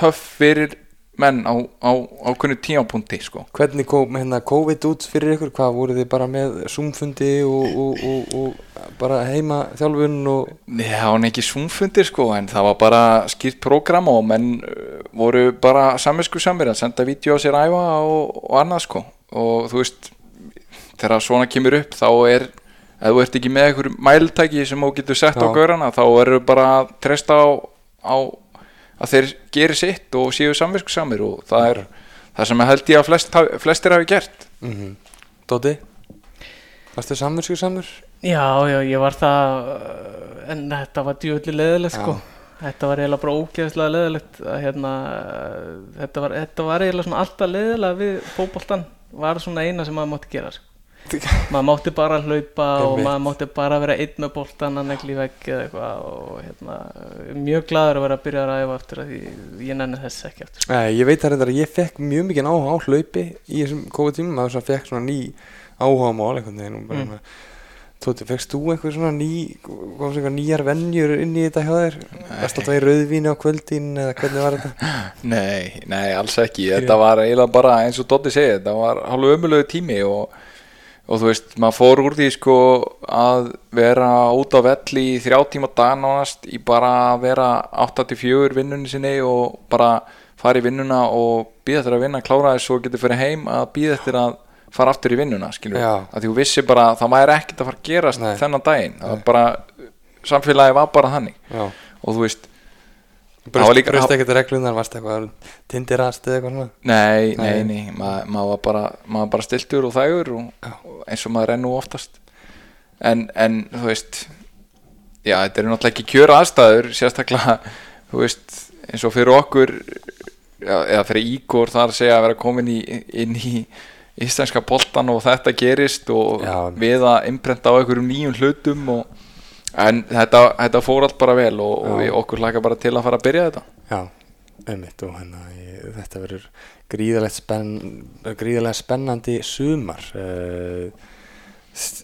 S3: töff fyrir menn á, á, á hvernig tímapunkti sko.
S1: Hvernig kom hérna COVID út fyrir ykkur? Hvað voru þið bara með Zoom-fundi og, og, og, og bara heima þjálfun og
S3: Nei, það var ekki svumfundir sko en það var bara skýrt prógram og menn uh, voru bara saminsku samir að senda vídeo á sér æfa og, og annað sko og þú veist þegar svona kemur upp þá er ef þú ert ekki með einhver mæltæki sem þú getur sett
S1: Já.
S3: á gaurana þá eru bara að treysta á, á að þeir geri sitt og séu samvisku samir og það er það sem held ég að flest, hafi- flestir hafi gert
S1: mm -hmm. Dóti? Varstu samvinsku samur?
S2: Já, já, ég var það uh, en þetta var djúvillig leðilegt sko þetta var eiginlega bara ógeðslega leðilegt að hérna uh, þetta var, þetta var eiginlega svona alltaf leðilega við fótboltan var svona eina sem maður mátti gera sko. maður mátti bara hlaupa og
S1: Einmitt.
S2: maður mátti bara vera einn með boltan að negli vegg eða eitthvað og hérna uh, mjög gladur að vera að byrja að ræfa aftur að því ég nenni þess ekki aftur
S1: Nei, ég veit það reyndar að ég fekk mjög mikið áhuga á hlaupi í þessum COVID-tímum maður svona fekk svona ný áhuga mál einhvern veginn og bara
S2: Mm.
S1: mm. Tóti, fekkst þú einhver svona ný komst einhver nýjar venjur inn í þetta hjá þér? Varst alltaf í rauðvínu á kvöldin eða hvernig var þetta?
S3: Nei, nei, alls ekki Þetta var eiginlega bara eins og Doddi segið Þetta var hálfu ömulegu tími og, og þú veist, maður fór úr því sko að vera út á velli í þrjá tíma á dag nánast í bara að vera 8-4 vinnunni sinni og bara fara í vinnuna og býða eftir að vinna klára þess og getur fyrir heim að býða eftir að fara aftur í vinnuna, skilur
S1: Já.
S3: að því þú vissi bara að það væri ekkert að fara að gerast
S1: Nei.
S3: þennan daginn, það var bara samfélagi var bara þannig
S1: Já,
S3: og þú veist, Það var
S1: brust,
S3: líka-
S1: brust ekkert reglunar, varst eitthvað tindirast eða eitthvað svona?
S3: Nei,
S1: Nei.
S3: nei, nei, ma, maður var bara, maður var bara stiltur og þægur og,
S1: Já.
S3: og eins og maður er nú oftast en, en þú veist já, þetta eru náttúrulega ekki kjöra aðstæður sérstaklega, þú veist eins og fyrir okkur já, eða fyrir Ígor þar að segja að vera komin í, inn í íslenska boltan og þetta gerist og
S1: Já.
S3: við að imprenta á einhverjum nýjum hlutum og, en þetta, þetta fór allt bara vel og, og
S1: Já.
S3: við okkur laka bara til að fara að byrja þetta
S1: Já, einmitt og hérna ég, þetta verður gríðarlega, spenn, gríðarlega spennandi sumar uh,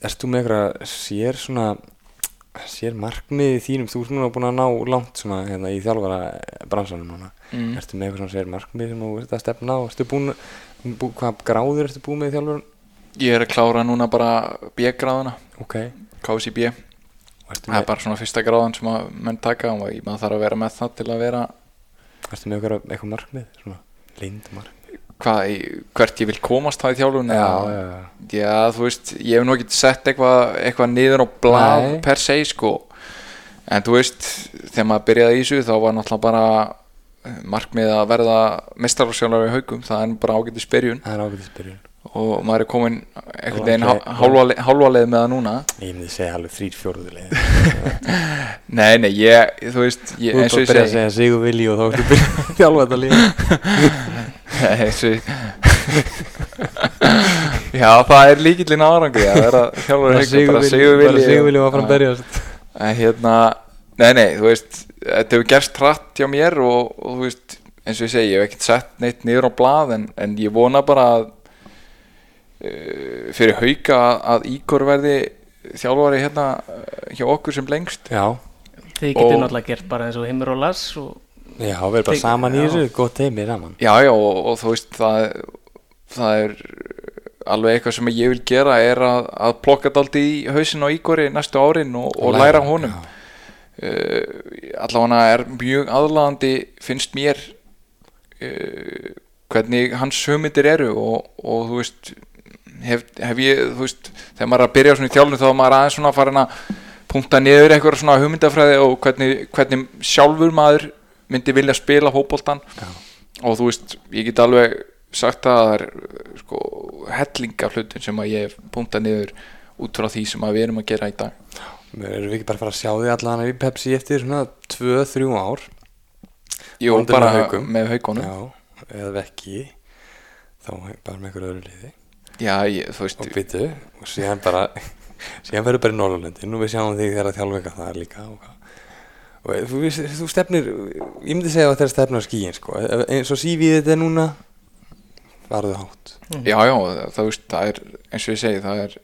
S1: Erst þú með eitthvað sér svona sér markmið í þínum, þú ert núna búin að ná langt svona hérna í þjálfara bransanum núna,
S3: Mm.
S1: ertu með eitthvað svona sér markmið sem þú ert að stefna á, ertu búin bú, hvað gráður ertu búin með í þjálfara
S3: Ég er að klára núna bara B-gráðuna
S1: ok,
S3: KCB
S1: og ertu
S3: það er
S1: með,
S3: bara svona fyrsta gráðan sem að menn taka og ég- maður þarf að vera með það til að vera
S1: ertu með eitthvað, eitthvað markmið svona, lind markmið
S3: hvað, í- hvert ég vil komast það í þjálfun
S1: já, já.
S3: já, þú veist, ég hef nú ekki sett eitthvað eitthvað niður á blað
S1: Nei.
S3: per se sko en þú veist, þegar maður byrjaði í þessu þá var náttúrulega bara eh, markmið að verða mestarfarsjálfari í haugum, það er nú bara ágæti spyrjun
S1: það er ágætis byrjun
S3: og maður er komin einhvern veginn
S1: Langt leið,
S3: hál- hálfa leið- hálfa leið með það núna
S1: ég myndi segja alveg þrýr fjórðulegin
S3: nei, nei, ég, þú veist ég,
S1: Þú ert
S3: eins og
S1: bara að byrja
S3: ég
S1: að
S3: segi
S1: segja Sigur Vilji og þá ertu byrja að þjálfa þetta líka
S3: eins og ég Já, það er líkillin árangri að vera þjálfur hauka bara sigur vilji
S1: Bara Sigur Vilji var fram að berjast
S3: En hérna, nei nei, þú veist þetta hefur gerst hratt hjá mér og, og þú veist, eins og ég segi, ég hef ekkert sett neitt niður á blað en, en ég vona bara að uh, fyrir hauka að, að Ígor verði þjálfari hérna eh, hjá okkur sem lengst
S1: Já,
S2: sko. Þið getið
S3: Og-
S2: náttúrulega gert bara eins og Himmur og Lars og
S1: já, við erum bara
S2: Tek-
S1: saman í
S2: já.
S1: þessu, gott teimi saman
S3: Já, já, og, og þú veist það, það er alveg eitthvað sem ég vil gera er að, að plokka daldi í hausin á Ígori næstu árin og, og læra af honum
S1: já.
S3: uh, allavega er mjög aðlaðandi finnst mér uh, hvernig hans hugmyndir eru og, og þú veist hef, hef ég, þú veist, þegar maður er að byrja svona í þjálfun þá er maður aðeins svona farin að punkta niður eitthvað svona hugmyndafræði og hvernig, hvernig sjálfur maður myndi vilja spila fótboltan
S1: Já.
S3: og þú veist, ég get alveg sagt að það er sko, hellinga hlutin sem að ég punkta niður út frá því sem að við erum að gera í dag
S1: erum við ekki bara að fara að sjá því allan í Pepsi eftir svona 2-3 ár
S3: Jú,
S1: Vonandi
S3: bara
S1: með Haukum.
S3: með haukunum Já,
S1: já, eða ekki þá bara með einhverju öðru liði
S3: ég, þú veist
S1: og byttu og síðan bara síðan verður bara í Norrlöndin og við sjáum þig þegar að þjálfveika það er líka og, og þú, veist, þú stefnir ég myndi segja að þetta stefnir á skíin sko. Ef- eins og sífið þetta er núna varðu hátt
S3: Já, já, það, það, veist, það er eins og ég segi, það er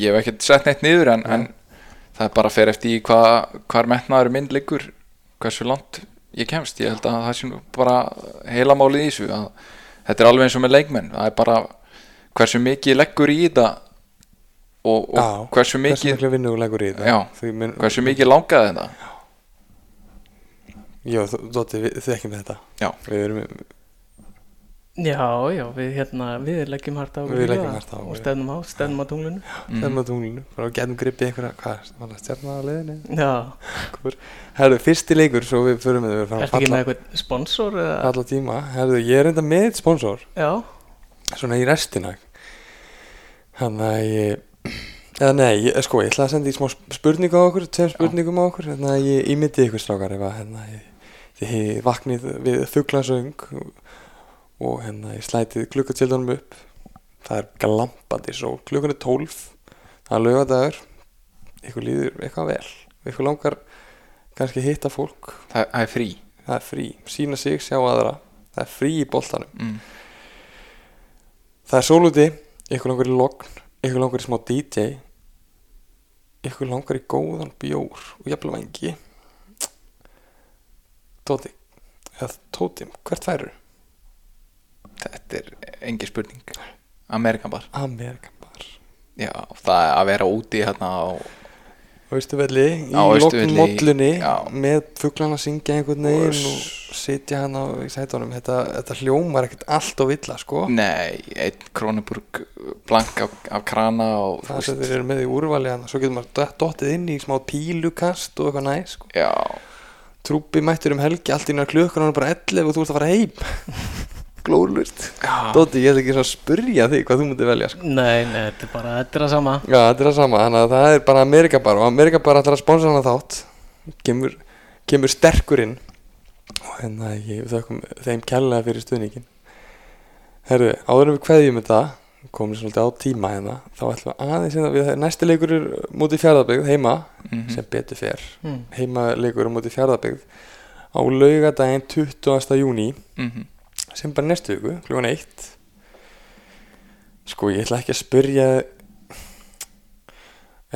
S3: ég hef ekkert sett neitt niður en, en það er bara að fer eftir í hva, hvar metnaður minn liggur hversu langt ég kemst ég held að það sé nú bara heila málið í þessu að þetta er alveg eins og með leikmenn það er bara hversu mikið leggur í þetta og, og
S1: Já,
S3: hversu
S1: hversu
S3: mikið
S1: miklu vinnu og leggur í þetta
S3: Já,
S1: Því mun-
S3: hversu mikið langaði þetta
S1: já, þú- Dóti, við- þið ekki með þetta
S3: Já.
S1: við erum,
S2: Já, já, við hérna, við leggjum hart á okkur
S1: Við
S2: líka
S1: leggjum hart á okkur.
S2: Og stefnum á, stefnum á tunglinu
S3: Mhm.
S1: mm. þeim á tunglinu bara getum gripið einhverja, hvað, var það stjarnar á leiðinu
S2: Já,
S1: Hvor- herðu, fyrsti leikur svo við förum með þau, við erum farin
S2: ertu
S1: að
S2: ekki með
S1: falla,
S2: eitthvað sponsor eða?
S1: falla tíma herðu, ég er enda með eitt sponsor
S2: Já,
S1: svona í restina þannig að ég eða nei, ég, sko, ég ætla að senda í smá sp- spurningu á okkur, tveim spurningum á okkur þannig að ég ímyndi ykkur strákar ef að hérna, ég, þið vaknið við þuglasöng og hérna ég slætið klukkatjöldunum upp það er glampandi svo klukkan er 12 það er laugadagur ykkur líður eitthvað vel ykkur langar kannski að hitta fólk
S3: það, það er frí
S1: það er frí, sína sig, sjá aðra það er frí í boltanum
S3: mm.
S1: Það er sólúti, ykkur langar í logn, ykkur langar í smá DJ, ykkur langar í góðan bjór og jafnvel vengi. Tóti, eða Tóti, hvert færur?
S3: þetta er engin spurning Amerikan bara
S1: Amerikan bar.
S3: Já, það er að vera úti hérna á
S1: Á Ístuvelli, í
S3: Á Austurvelli,
S1: logn mollunni,
S3: já.
S1: með fuglana að syngja einhvern veginn
S3: Og-
S1: og sitja hann á í sætunum. Þetta, þetta hljómar ekkert allt og illa, sko.
S3: Mm, Nei, einn Krónuburg blank af, af krana og þú
S1: Það
S3: veist
S1: sem þeir eru með í úrvali hann, svo getur maður dott- dottið inn í smá pílukast og eitthvað næ, sko.
S3: Já,
S1: trúpi mættur um helgi allt í nær klukkan og hann er bara 11 og þú ert að fara heim Ah. glóðlust
S3: Já.
S1: Dóti, ég ætla ekki svona að spurja þig hvað þú myndir velja sko.
S2: nei, nei, þetta er bara, þetta er að sama
S1: Já, þetta er það sama, þannig að það er bara Amerika bara og Amerika bara ætlar að sponsa hana þátt kemur, kemur sterkur inn og hérna ég þökkum þeim kærlega fyrir stuðningin Herðu, áður en við kveðjum þetta komum svolítið á tíma hérna þá ætlum við aðeins hérna, við næsti leikur er mútið fjárðabygð heima
S3: mm
S1: sem betur fer
S2: Mm.
S1: heimaleikur á móti fjárðabyggð á laugadaginn 20. júni
S3: mhm.
S1: sem bara næstu viku, klukkan 1 sko ég ætla ekki að spyrja ég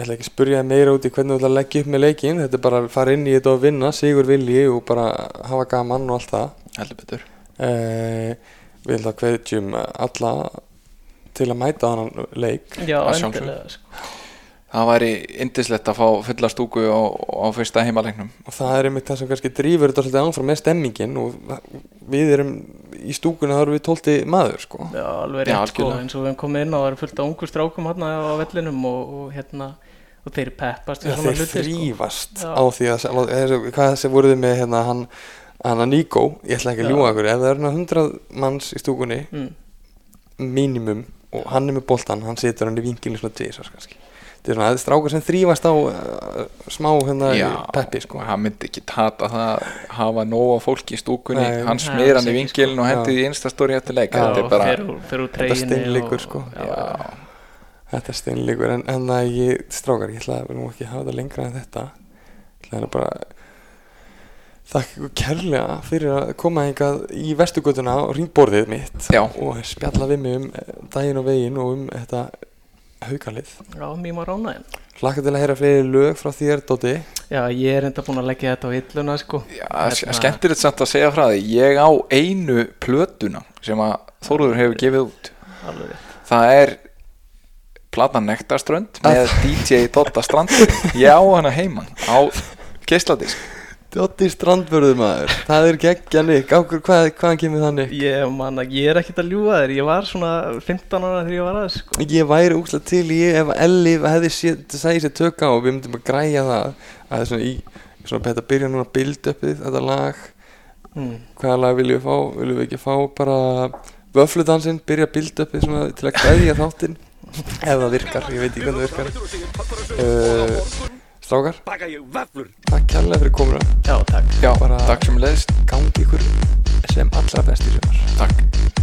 S1: ætla ekki að spyrja þig meira út í hvernig þú ætla að leggja upp með leikin þetta er bara að fara inn í þetta og vinna sigur vilji og bara hafa gaman og allt það
S3: heldur betur
S1: eh, við ætla að kveðjum alla til að mæta á annan leik
S2: Já,
S3: Að sjálfsögðu.
S2: endilega sko.
S3: Það væri indislegt að fá fulla stúku á, á fyrsta heimalegnum
S1: og það er einmitt það sem kannski drýfur þetta svolítið ánfram með stemmingin og við erum í stúkunni þá erum við tólti maður sko
S2: Já, alveg
S3: Já,
S2: rétt sko,
S3: algjörlega.
S2: eins og við höfum komið inn á það er fullt af ungu strákum hérna á vellinum og, og hérna, og þeir peppast við
S1: Já,
S2: svona
S1: þeir
S2: hluti sko.
S1: þrýfast
S2: Já.
S1: á því að sjá- þessu- hvað sem voruð þið með hérna hann hann að Nico, ég ætla ekki að
S2: Já.
S1: ljúa ykkur ef það er hérna 100 manns í stúkunni
S2: Mm.
S1: mínimum og hann er með boltan hann setur hann í vinkilinu svona tvisar kannski þetta er svona það er strákar sem þrýfast á uh, smá hérna peppi sko
S3: hann myndi ekki tata það að hafa nóga fólki í stúkunni
S1: Nei.
S3: Hann
S2: Nei,
S3: smeir hann
S2: alls
S3: í
S2: ekki, sko.
S3: vingilin og hendi
S1: Já.
S3: því einstastóri eftir leik Þetta
S2: Já,
S3: er bara
S2: fer úr- fer úr
S1: þetta
S2: treyjunni
S1: steinleikur
S2: og-
S1: sko
S2: Já.
S1: Þetta er steinleikur en, en að ég, strákar, ég ætla að nú ekki að hafa þetta lengra en þetta ég ætla að bara þakka ykkur kærlega fyrir að koma hingað í vestugötuna og ringborðið mitt
S3: Já.
S1: og spjalla við mig um eh, daginn og veginn og um þetta haukalið
S2: Já, mjög maður ánæðin
S1: Hlakka til að heyra fleiri lög frá þér, Dóti
S2: Já, ég er enda búin að leggja þetta á hilluna sko.
S3: Já, hérna. skemmtilegt samt að segja frá því Ég á einu plötuna sem að Þóruður hefur gefið út
S2: Alveg rétt
S3: Það er platan
S1: Ah.
S3: Nektarströnd með DJ Dotta Strand Ég á hana heiman á geisladisk
S1: Doddi strandvörður maður Það er geggja nikk, ákvör, hvað, hvaðan kemur það nikk?
S2: Ég, man, að- ég er ekkert að ljúga þér, ég var svona 15 ára þegar ég var aðeins sko.
S1: Ég væri úksla til ég ef Elli hefði séð- sagði sér tökka og við myndum að græja það að svona í, svona þetta byrja núna build upið, þetta lag
S2: mm.
S1: hvaða lag viljum við fá, viljum við ekki fá bara vöfludansinn, byrja build upið svona til að græðja þáttinn ef það virkar, ég veit ekki hvernig það virkar uh, Strákar,
S4: Baka ég vöflur
S1: takk kærlega fyrir komuna
S2: Já, takk
S3: Já,
S1: Bara-
S3: takk sem leðist
S1: gangi ykkur sem allra best í sumar
S3: Takk